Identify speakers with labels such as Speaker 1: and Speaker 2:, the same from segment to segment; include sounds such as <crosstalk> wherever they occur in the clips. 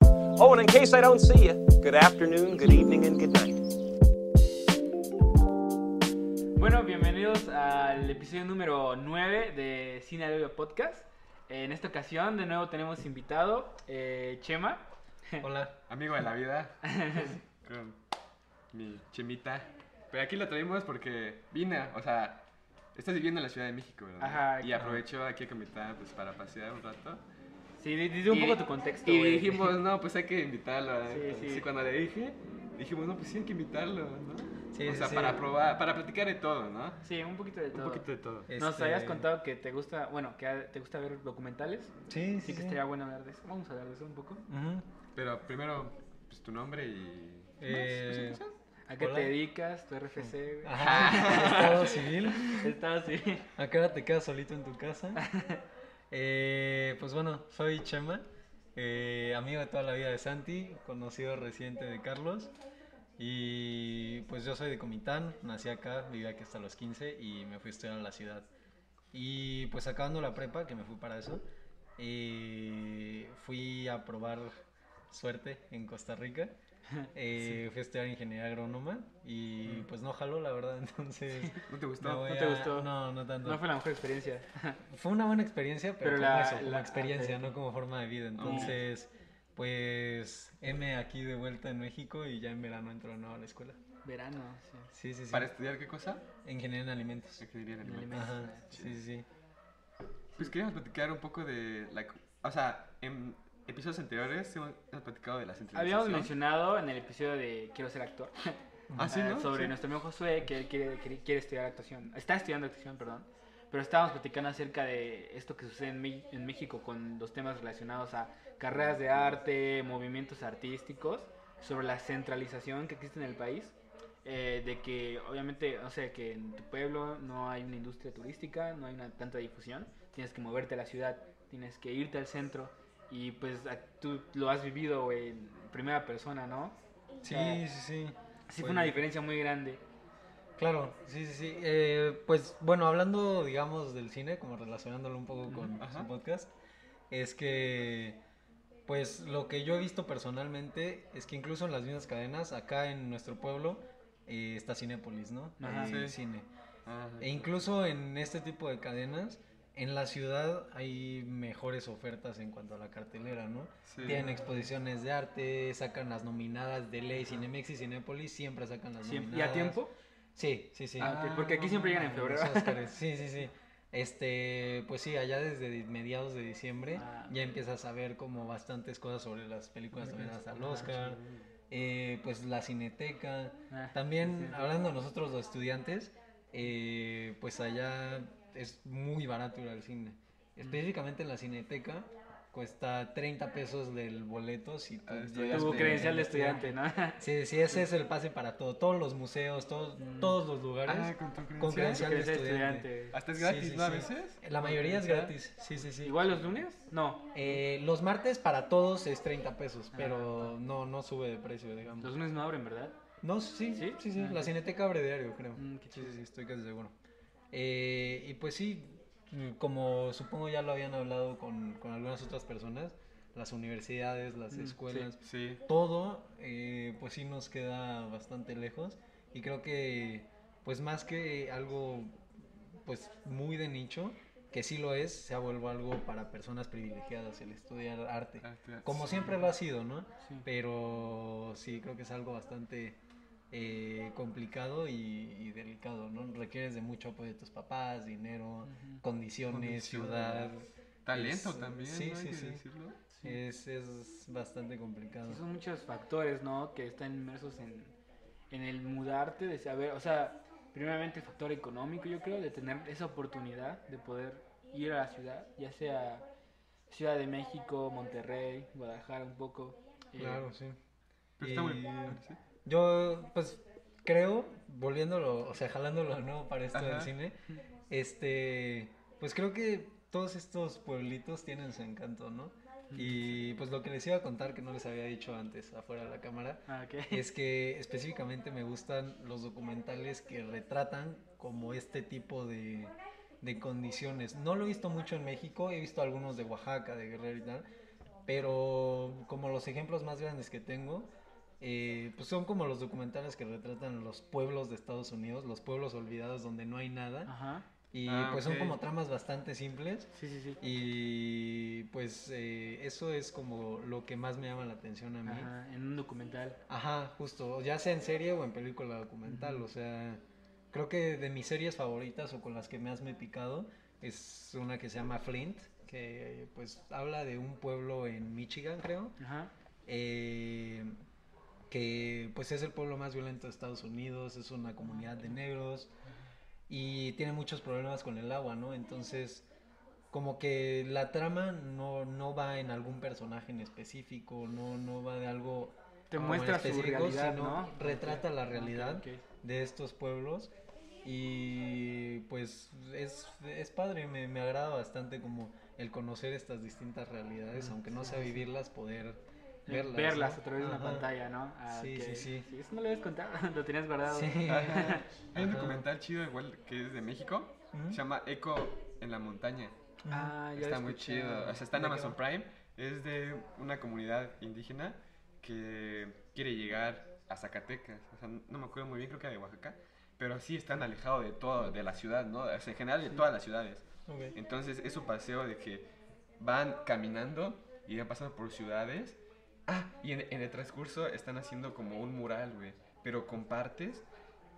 Speaker 1: Oh, and in case I don't see you, good afternoon, good evening, and good night.
Speaker 2: Bueno, bienvenidos al episodio número 9 de Cine Alivio Podcast. En esta ocasión, de nuevo, tenemos invitado eh, Chema. <laughs>
Speaker 3: Hola.
Speaker 4: Amigo de la vida. con mi chemita. Pero aquí lo traemos porque vine, o sea, estás viviendo en la Ciudad de México, ¿verdad?
Speaker 2: Ajá,
Speaker 4: y
Speaker 2: claro.
Speaker 4: aprovecho aquí a comentar pues, para pasear un rato.
Speaker 2: Sí, di- di un
Speaker 4: Y-
Speaker 2: poco tu contexto.
Speaker 4: Y
Speaker 2: güey.
Speaker 4: dijimos, no, pues hay que invitarlo. ¿eh?
Speaker 2: Sí,
Speaker 4: Sí,
Speaker 2: sí.
Speaker 4: cuando le dije, dijimos, no, pues sí hay que invitarlo, ¿no?
Speaker 3: Sí,
Speaker 4: o
Speaker 3: sí,
Speaker 4: sea,
Speaker 3: sí.
Speaker 4: para probar, para platicar de todo, ¿no?
Speaker 2: Sí, un poquito de
Speaker 4: Un
Speaker 2: todo.
Speaker 4: poquito de todo.
Speaker 2: Nos
Speaker 3: Este,
Speaker 2: habías contado que te gusta, bueno, que te gusta ver documentales.
Speaker 3: Sí, sí.
Speaker 2: Así que
Speaker 3: sí.
Speaker 2: estaría bueno hablar de eso. Vamos a hablar de eso un poco.
Speaker 3: Ujú.
Speaker 4: Pero primero, pues tu nombre y...
Speaker 3: Eh,
Speaker 4: ¿Más? Pues, ¿qué
Speaker 2: ¿A qué
Speaker 3: Hola.
Speaker 2: te dedicas? ¿Tu RFC? güey? <laughs>
Speaker 3: Ajá. pues, <laughs> Estado civil.
Speaker 2: Estaba así.
Speaker 3: ¿A qué hora te quedas solito en tu
Speaker 2: <laughs>
Speaker 3: casa? Eh, pues bueno, soy Chema, eh, amigo de toda la vida de Santi, conocido reciente de Carlos. Y pues yo soy de Comitán, nací acá, viví aquí hasta los 15 y me fui a estudiar a la ciudad. Y pues acabando la prepa, que me fui para eso, eh, fui a probar suerte en Costa
Speaker 2: <laughs>
Speaker 3: Rica. Eh, Fui a estudiar ingeniería agrónoma y pues no jaló, la verdad, <laughs> entonces...
Speaker 4: ¿No te
Speaker 3: me
Speaker 4: gustó?
Speaker 3: voy
Speaker 2: ¿No te
Speaker 3: a-
Speaker 2: gustó?
Speaker 3: No, no tanto.
Speaker 2: No fue la mejor experiencia.
Speaker 3: Fue una buena experiencia, pero,
Speaker 2: Pero
Speaker 3: como
Speaker 2: la-
Speaker 3: eso, como
Speaker 2: la-
Speaker 3: experiencia,
Speaker 2: ok.
Speaker 3: no como forma de vida. Entonces, pues, M aquí de vuelta en México y ya en verano entro de nuevo a la escuela.
Speaker 2: Verano, sí.
Speaker 3: Sí, sí, sí.
Speaker 4: ¿Para estudiar qué cosa?
Speaker 3: Ingeniería en alimentos.
Speaker 4: Ingeniería en
Speaker 2: En
Speaker 4: alimentos.
Speaker 2: alimentos.
Speaker 3: Ajá, sí, sí, sí.
Speaker 4: Pues queríamos platicar un poco de la... cu- O sea, en episodios anteriores hemos hemos platicado de la centralización.
Speaker 2: Habíamos mencionado en el episodio de Quiero ser actor.
Speaker 4: Ah, sí,
Speaker 2: eh,
Speaker 4: ¿no?
Speaker 2: sobre
Speaker 4: Sí.
Speaker 2: nuestro amigo Josué, que él quiere, quiere- quiere estudiar actuación. Está estudiando actuación, perdón. Pero estábamos platicando acerca de esto que sucede en, Mé- en México con los temas relacionados a carreras de arte, movimientos artísticos, sobre la centralización que existe en el país. eh, de que obviamente, o sea, que en tu pueblo no hay una industria turística, no hay una tanta difusión, tienes que moverte a la ciudad, tienes que irte al centro y pues a- tú lo has vivido güey, en primera persona, ¿no?
Speaker 3: Sí,
Speaker 2: sea,
Speaker 3: sí,
Speaker 2: Sí
Speaker 3: sí.
Speaker 2: fue
Speaker 3: Pues-
Speaker 2: una diferencia muy grande.
Speaker 3: Claro, sí, sí, sí. Eh, pues bueno, hablando, digamos, del cine, como relacionándolo un poco con
Speaker 4: Ujú. Ajá.
Speaker 3: su podcast, es que, pues lo que yo he visto personalmente es que incluso en las mismas cadenas, acá en nuestro pueblo, eh, está Cinépolis, ¿no?
Speaker 2: Ajá.
Speaker 3: Eh,
Speaker 4: Sí.
Speaker 3: cine.
Speaker 4: Ah,
Speaker 3: E incluso en este tipo de cadenas, en la ciudad hay mejores ofertas en cuanto a la cartelera, ¿no?
Speaker 4: sí.
Speaker 3: Tienen exposiciones de arte, sacan las nominadas de ley, Cinemex y Cinépolis siempre sacan las
Speaker 2: Siempre-
Speaker 3: nominadas.
Speaker 2: ¿Y a tiempo?
Speaker 3: Sí, sí, sí.
Speaker 2: Ah, ok, porque aquí siempre llegan en
Speaker 3: Los
Speaker 2: febrero. <laughs>
Speaker 3: Óscares, Sí, sí, sí. Este, pues sí, allá desde di- mediados de diciembre
Speaker 2: Ah,
Speaker 3: ya empiezas a ver como bastantes cosas sobre las películas pues, nominadas al
Speaker 2: Ah,
Speaker 3: Oscar, eh, pues la Cineteca.
Speaker 2: Ah,
Speaker 3: También
Speaker 2: sí, sí.
Speaker 3: hablando de nosotros los estudiantes, eh, pues allá es muy barato ir al cine. Específicamente en la Cineteca cuesta 30 pesos del boleto si tú
Speaker 4: Ah,
Speaker 3: llegas
Speaker 4: estudiante.
Speaker 2: Tu
Speaker 3: como
Speaker 2: credencial de estudiante,
Speaker 3: <laughs>
Speaker 2: ¿no?
Speaker 3: Sí, sí, ese es el pase para todo. Todos los museos, todos, todos los lugares.
Speaker 4: Ah, con tu
Speaker 3: con
Speaker 4: credencial.
Speaker 3: credencial de
Speaker 2: Credencial de
Speaker 3: estudiante.
Speaker 2: estudiante.
Speaker 4: Hasta es
Speaker 3: Sí,
Speaker 4: gratis,
Speaker 3: sí,
Speaker 4: ¿no? A
Speaker 3: sí.
Speaker 4: veces.
Speaker 3: La mayoría es
Speaker 4: Ajá.
Speaker 3: gratis, sí, sí, sí.
Speaker 2: ¿Igual los lunes? No.
Speaker 3: Eh, los martes para todos es 30 pesos,
Speaker 2: Ah,
Speaker 3: pero no, no sube de precio,
Speaker 2: Los
Speaker 3: digamos.
Speaker 2: lunes no abren, ¿verdad?
Speaker 3: No, sí,
Speaker 2: ¿Sí?
Speaker 3: sí, sí.
Speaker 2: Ah,
Speaker 3: La
Speaker 2: ok.
Speaker 3: Cineteca abre diario, creo.
Speaker 2: Mm, qué
Speaker 3: Sí,
Speaker 2: chido.
Speaker 3: sí, sí, estoy casi seguro. Eh, y pues sí, como supongo ya lo habían hablado con, con algunas otras personas, las universidades, las
Speaker 2: Mm, sí.
Speaker 3: escuelas,
Speaker 4: Sí.
Speaker 3: todo, eh, pues sí nos queda bastante lejos. Y creo que, pues más que algo, pues muy de nicho, que sí lo es, se ha vuelto algo para personas privilegiadas el estudiar arte.
Speaker 4: Ah, claro.
Speaker 3: Como siempre lo ha sido, ¿no?
Speaker 2: Sí.
Speaker 3: Pero sí, creo que es algo bastante eh, complicado y, y delicado, ¿no? Requieres de mucho apoyo de tus papás, dinero,
Speaker 2: Ujú.
Speaker 3: condiciones,
Speaker 4: Condiciones.
Speaker 3: ciudad.
Speaker 4: Talento
Speaker 3: Es-
Speaker 4: también.
Speaker 3: sí,
Speaker 4: ¿no? Hay
Speaker 3: sí,
Speaker 4: que
Speaker 3: sí.
Speaker 4: decirlo.
Speaker 3: Es, es bastante complicado.
Speaker 2: Sí, son muchos factores, ¿no? Que están inmersos en, en el mudarte, de saber, o sea, primeramente el factor económico, yo creo, de tener esa oportunidad de poder ir a la ciudad, ya sea Ciudad de México, Monterrey, Guadalajara un poco. eh,
Speaker 3: Claro, sí.
Speaker 4: Pero está muy
Speaker 3: Y-
Speaker 4: bien.
Speaker 3: <laughs>
Speaker 4: sí.
Speaker 3: Yo, pues, creo, volviéndolo, o sea, jalándolo de nuevo para esto del
Speaker 4: Ajá.
Speaker 3: cine, este, pues creo que todos estos pueblitos tienen su encanto, ¿no? Y pues lo que les iba a contar, que no les había dicho antes afuera de la cámara,
Speaker 2: Ah, ok.
Speaker 3: es que específicamente me gustan los documentales que retratan como este tipo de, de condiciones. No lo he visto mucho en México, he visto algunos de Oaxaca, de Guerrero y tal, pero como los ejemplos más grandes que tengo, eh, pues son como los documentales que retratan los pueblos de Estados Unidos, los pueblos olvidados donde no hay nada.
Speaker 2: Ajá.
Speaker 3: Y
Speaker 4: Ah,
Speaker 3: pues
Speaker 4: ok.
Speaker 3: son como tramas bastante simples.
Speaker 2: Sí, sí, sí.
Speaker 3: Y pues eh, eso es como lo que más me llama la atención a mí. Ajá,
Speaker 2: Ajá, en un documental.
Speaker 3: justo, ya sea en serie o en película documental.
Speaker 2: Ujú.
Speaker 3: O sea, creo que de mis series favoritas o con las que más me he picado es una que se llama Flint, que pues habla de un pueblo en Michigan, creo
Speaker 2: Ajá.
Speaker 3: eh, que pues es el pueblo más violento de Estados Unidos, es una comunidad de negros y tiene muchos problemas con el agua, ¿no? Entonces, como que la trama no, no va en algún personaje en específico, no, no va de algo
Speaker 2: Te
Speaker 3: como
Speaker 2: muestra su
Speaker 3: específico,
Speaker 2: realidad,
Speaker 3: sino
Speaker 2: ¿no?
Speaker 3: retrata la
Speaker 2: Ok,
Speaker 3: realidad
Speaker 2: ok.
Speaker 3: de estos pueblos y pues es, es padre, me, me agrada bastante como el conocer estas distintas realidades,
Speaker 2: Mm,
Speaker 3: aunque no sea vivirlas, poder
Speaker 2: Eh,
Speaker 3: verlas.
Speaker 2: Verlas,
Speaker 3: ¿no?
Speaker 2: a través de una
Speaker 3: Ajá.
Speaker 2: pantalla, ¿no? Ah,
Speaker 3: Sí,
Speaker 2: ok.
Speaker 3: sí, sí.
Speaker 2: Eso no lo habías contado, <laughs> lo tenías guardado.
Speaker 3: Sí.
Speaker 4: Ajá. Hay un
Speaker 3: Ajá. ¿Mm?
Speaker 4: documental chido igual que es de México.
Speaker 3: Ujú.
Speaker 4: Se llama Eco en la montaña.
Speaker 2: Ah, ya
Speaker 4: Está
Speaker 2: lo
Speaker 4: muy
Speaker 2: escuché.
Speaker 4: chido. O sea, está en
Speaker 3: ¿De qué
Speaker 4: Amazon
Speaker 3: va?
Speaker 4: Prime. Es de una comunidad indígena que quiere llegar a Zacatecas. O sea, no me acuerdo muy bien, creo que era de Oaxaca. Pero sí están alejados de todo, de la ciudad, ¿no? O sea, en general de todas las ciudades.
Speaker 3: Ok.
Speaker 4: Entonces es un paseo de que van caminando y van pasando por ciudades. Ah, y en, en el transcurso están haciendo como un mural, güey. Pero con partes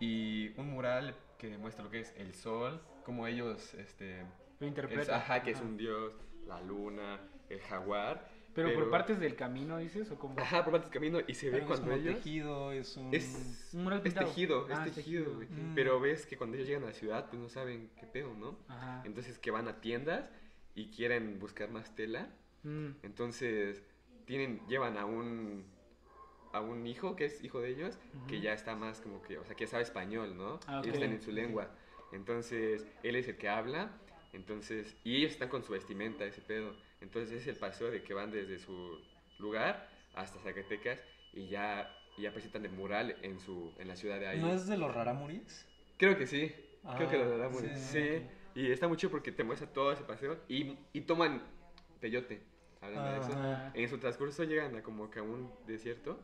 Speaker 4: y un mural que demuestra lo que es el sol, como ellos, este...
Speaker 2: Lo interpreta.
Speaker 4: es- ajá, que es
Speaker 2: Ajá.
Speaker 4: un dios, la luna, el jaguar.
Speaker 2: Pero, por partes del camino, dices, o como.
Speaker 4: Ajá, por partes camino y se ve
Speaker 3: Algo es
Speaker 4: cuando
Speaker 3: como
Speaker 4: ellos...
Speaker 3: tejido, es
Speaker 2: Mm.
Speaker 3: un...
Speaker 4: Es,
Speaker 2: Un mural
Speaker 4: es
Speaker 2: pintado.
Speaker 4: tejido,
Speaker 2: Ah,
Speaker 4: es
Speaker 2: es
Speaker 4: tejido,
Speaker 2: tejido.
Speaker 4: güey.
Speaker 3: Mm.
Speaker 4: Pero ves que cuando ellos llegan a la ciudad, pues no saben qué pedo, ¿no?
Speaker 2: Ajá.
Speaker 4: Entonces que van a tiendas y quieren buscar más tela.
Speaker 2: Mm.
Speaker 4: Entonces tienen, llevan a un, a un hijo que es hijo de ellos, que
Speaker 2: Ujú.
Speaker 4: ya está más como que, o sea, que sabe español, ¿no?
Speaker 2: Ah, ok.
Speaker 4: Ellos están en su lengua. Entonces él es el que habla. Entonces, y ellos están con su vestimenta, ese pedo. Entonces es el paseo de que van desde su lugar hasta Zacatecas y ya, y ya presentan el mural en, su, en la ciudad de ahí.
Speaker 3: ¿No es de los raramuris?
Speaker 2: Ah.
Speaker 4: Creo que sí. Creo que
Speaker 3: Ah,
Speaker 4: lo hablamos.
Speaker 3: sí,
Speaker 4: Sí.
Speaker 3: ok.
Speaker 4: Y está mucho porque te muestra todo ese paseo. Y, y toman peyote. Hablando de eso.
Speaker 3: Ajá.
Speaker 2: Ah,
Speaker 4: En su transcurso llegan a como que a un desierto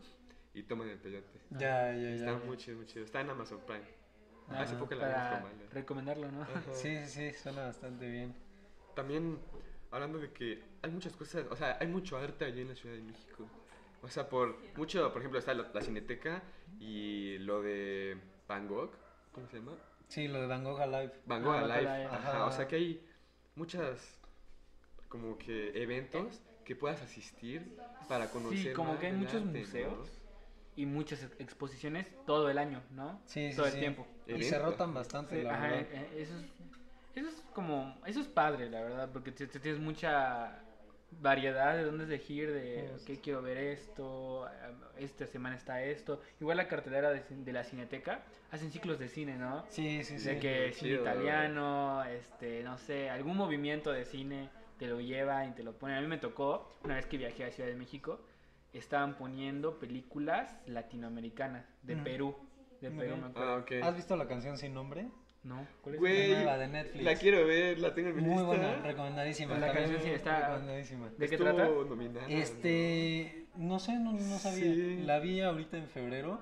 Speaker 4: y toman el peyote.
Speaker 3: Ya, ya,
Speaker 4: Está
Speaker 3: ya.
Speaker 4: muy chido, muy chido. Está en Amazon Prime.
Speaker 2: Ajá.
Speaker 4: Hace poco la
Speaker 2: Ah, Para
Speaker 4: vimos con Vale.
Speaker 2: recomendarlo, ¿no?
Speaker 4: Ajá.
Speaker 3: Sí, sí, sí, suena bastante bien.
Speaker 4: También hablando de que hay muchas cosas, o sea, hay mucho arte allí en la Ciudad de México. O sea, por mucho, por ejemplo, está la, la Cineteca y lo de Van Gogh. ¿Cómo se llama?
Speaker 3: Sí, lo de Van Gogh Alive.
Speaker 4: Van
Speaker 2: Ah,
Speaker 4: Gogh
Speaker 2: Van Gogh
Speaker 4: Alive.
Speaker 2: Alive.
Speaker 4: Ajá,
Speaker 3: Ajá.
Speaker 4: O sea que hay muchas como que eventos que puedas asistir para conocer.
Speaker 2: Sí, como
Speaker 4: más
Speaker 2: que hay
Speaker 4: del
Speaker 2: muchos
Speaker 4: arte,
Speaker 2: museos
Speaker 4: ¿no?
Speaker 2: y muchas ex- exposiciones todo el año, ¿no?
Speaker 3: Sí, sí,
Speaker 2: Todo el
Speaker 3: sí.
Speaker 2: tiempo.
Speaker 3: Y
Speaker 4: Evento.
Speaker 3: se rotan bastante, la
Speaker 2: Ajá,
Speaker 3: verdad.
Speaker 2: eh, eso es, eso es como, eso es padre, la verdad, porque te- te tienes mucha variedad de dónde elegir, de
Speaker 3: Justo.
Speaker 2: qué quiero ver esto, am, esta semana está esto. Igual la cartelera de, cin- de la cineteca, hacen ciclos de cine, ¿no?
Speaker 3: Sí, sí, sí.
Speaker 2: de que
Speaker 4: qué
Speaker 2: cine
Speaker 4: chido.
Speaker 2: italiano, este, no sé, algún movimiento de cine te lo lleva y te lo pone. A mí me tocó, una vez que viajé a Ciudad de México, estaban poniendo películas latinoamericanas, de
Speaker 3: Ujú.
Speaker 2: Perú, de
Speaker 3: Muy
Speaker 2: Perú
Speaker 3: bien.
Speaker 2: me acuerdo.
Speaker 4: Ah, ok.
Speaker 3: ¿Has visto la canción sin nombre?
Speaker 2: No, ¿cuál es?
Speaker 4: Güey,
Speaker 3: La nueva de Netflix.
Speaker 4: La quiero ver, la tengo en mi
Speaker 3: Muy
Speaker 4: lista.
Speaker 3: buena, recomendadísima.
Speaker 2: La
Speaker 3: también
Speaker 2: canción sí está-
Speaker 3: Recomendadísima.
Speaker 2: ¿De qué
Speaker 4: Estuvo
Speaker 2: trata?
Speaker 4: nominada,
Speaker 3: Este, no sé, no, no sabía.
Speaker 4: Sí.
Speaker 3: La vi ahorita en febrero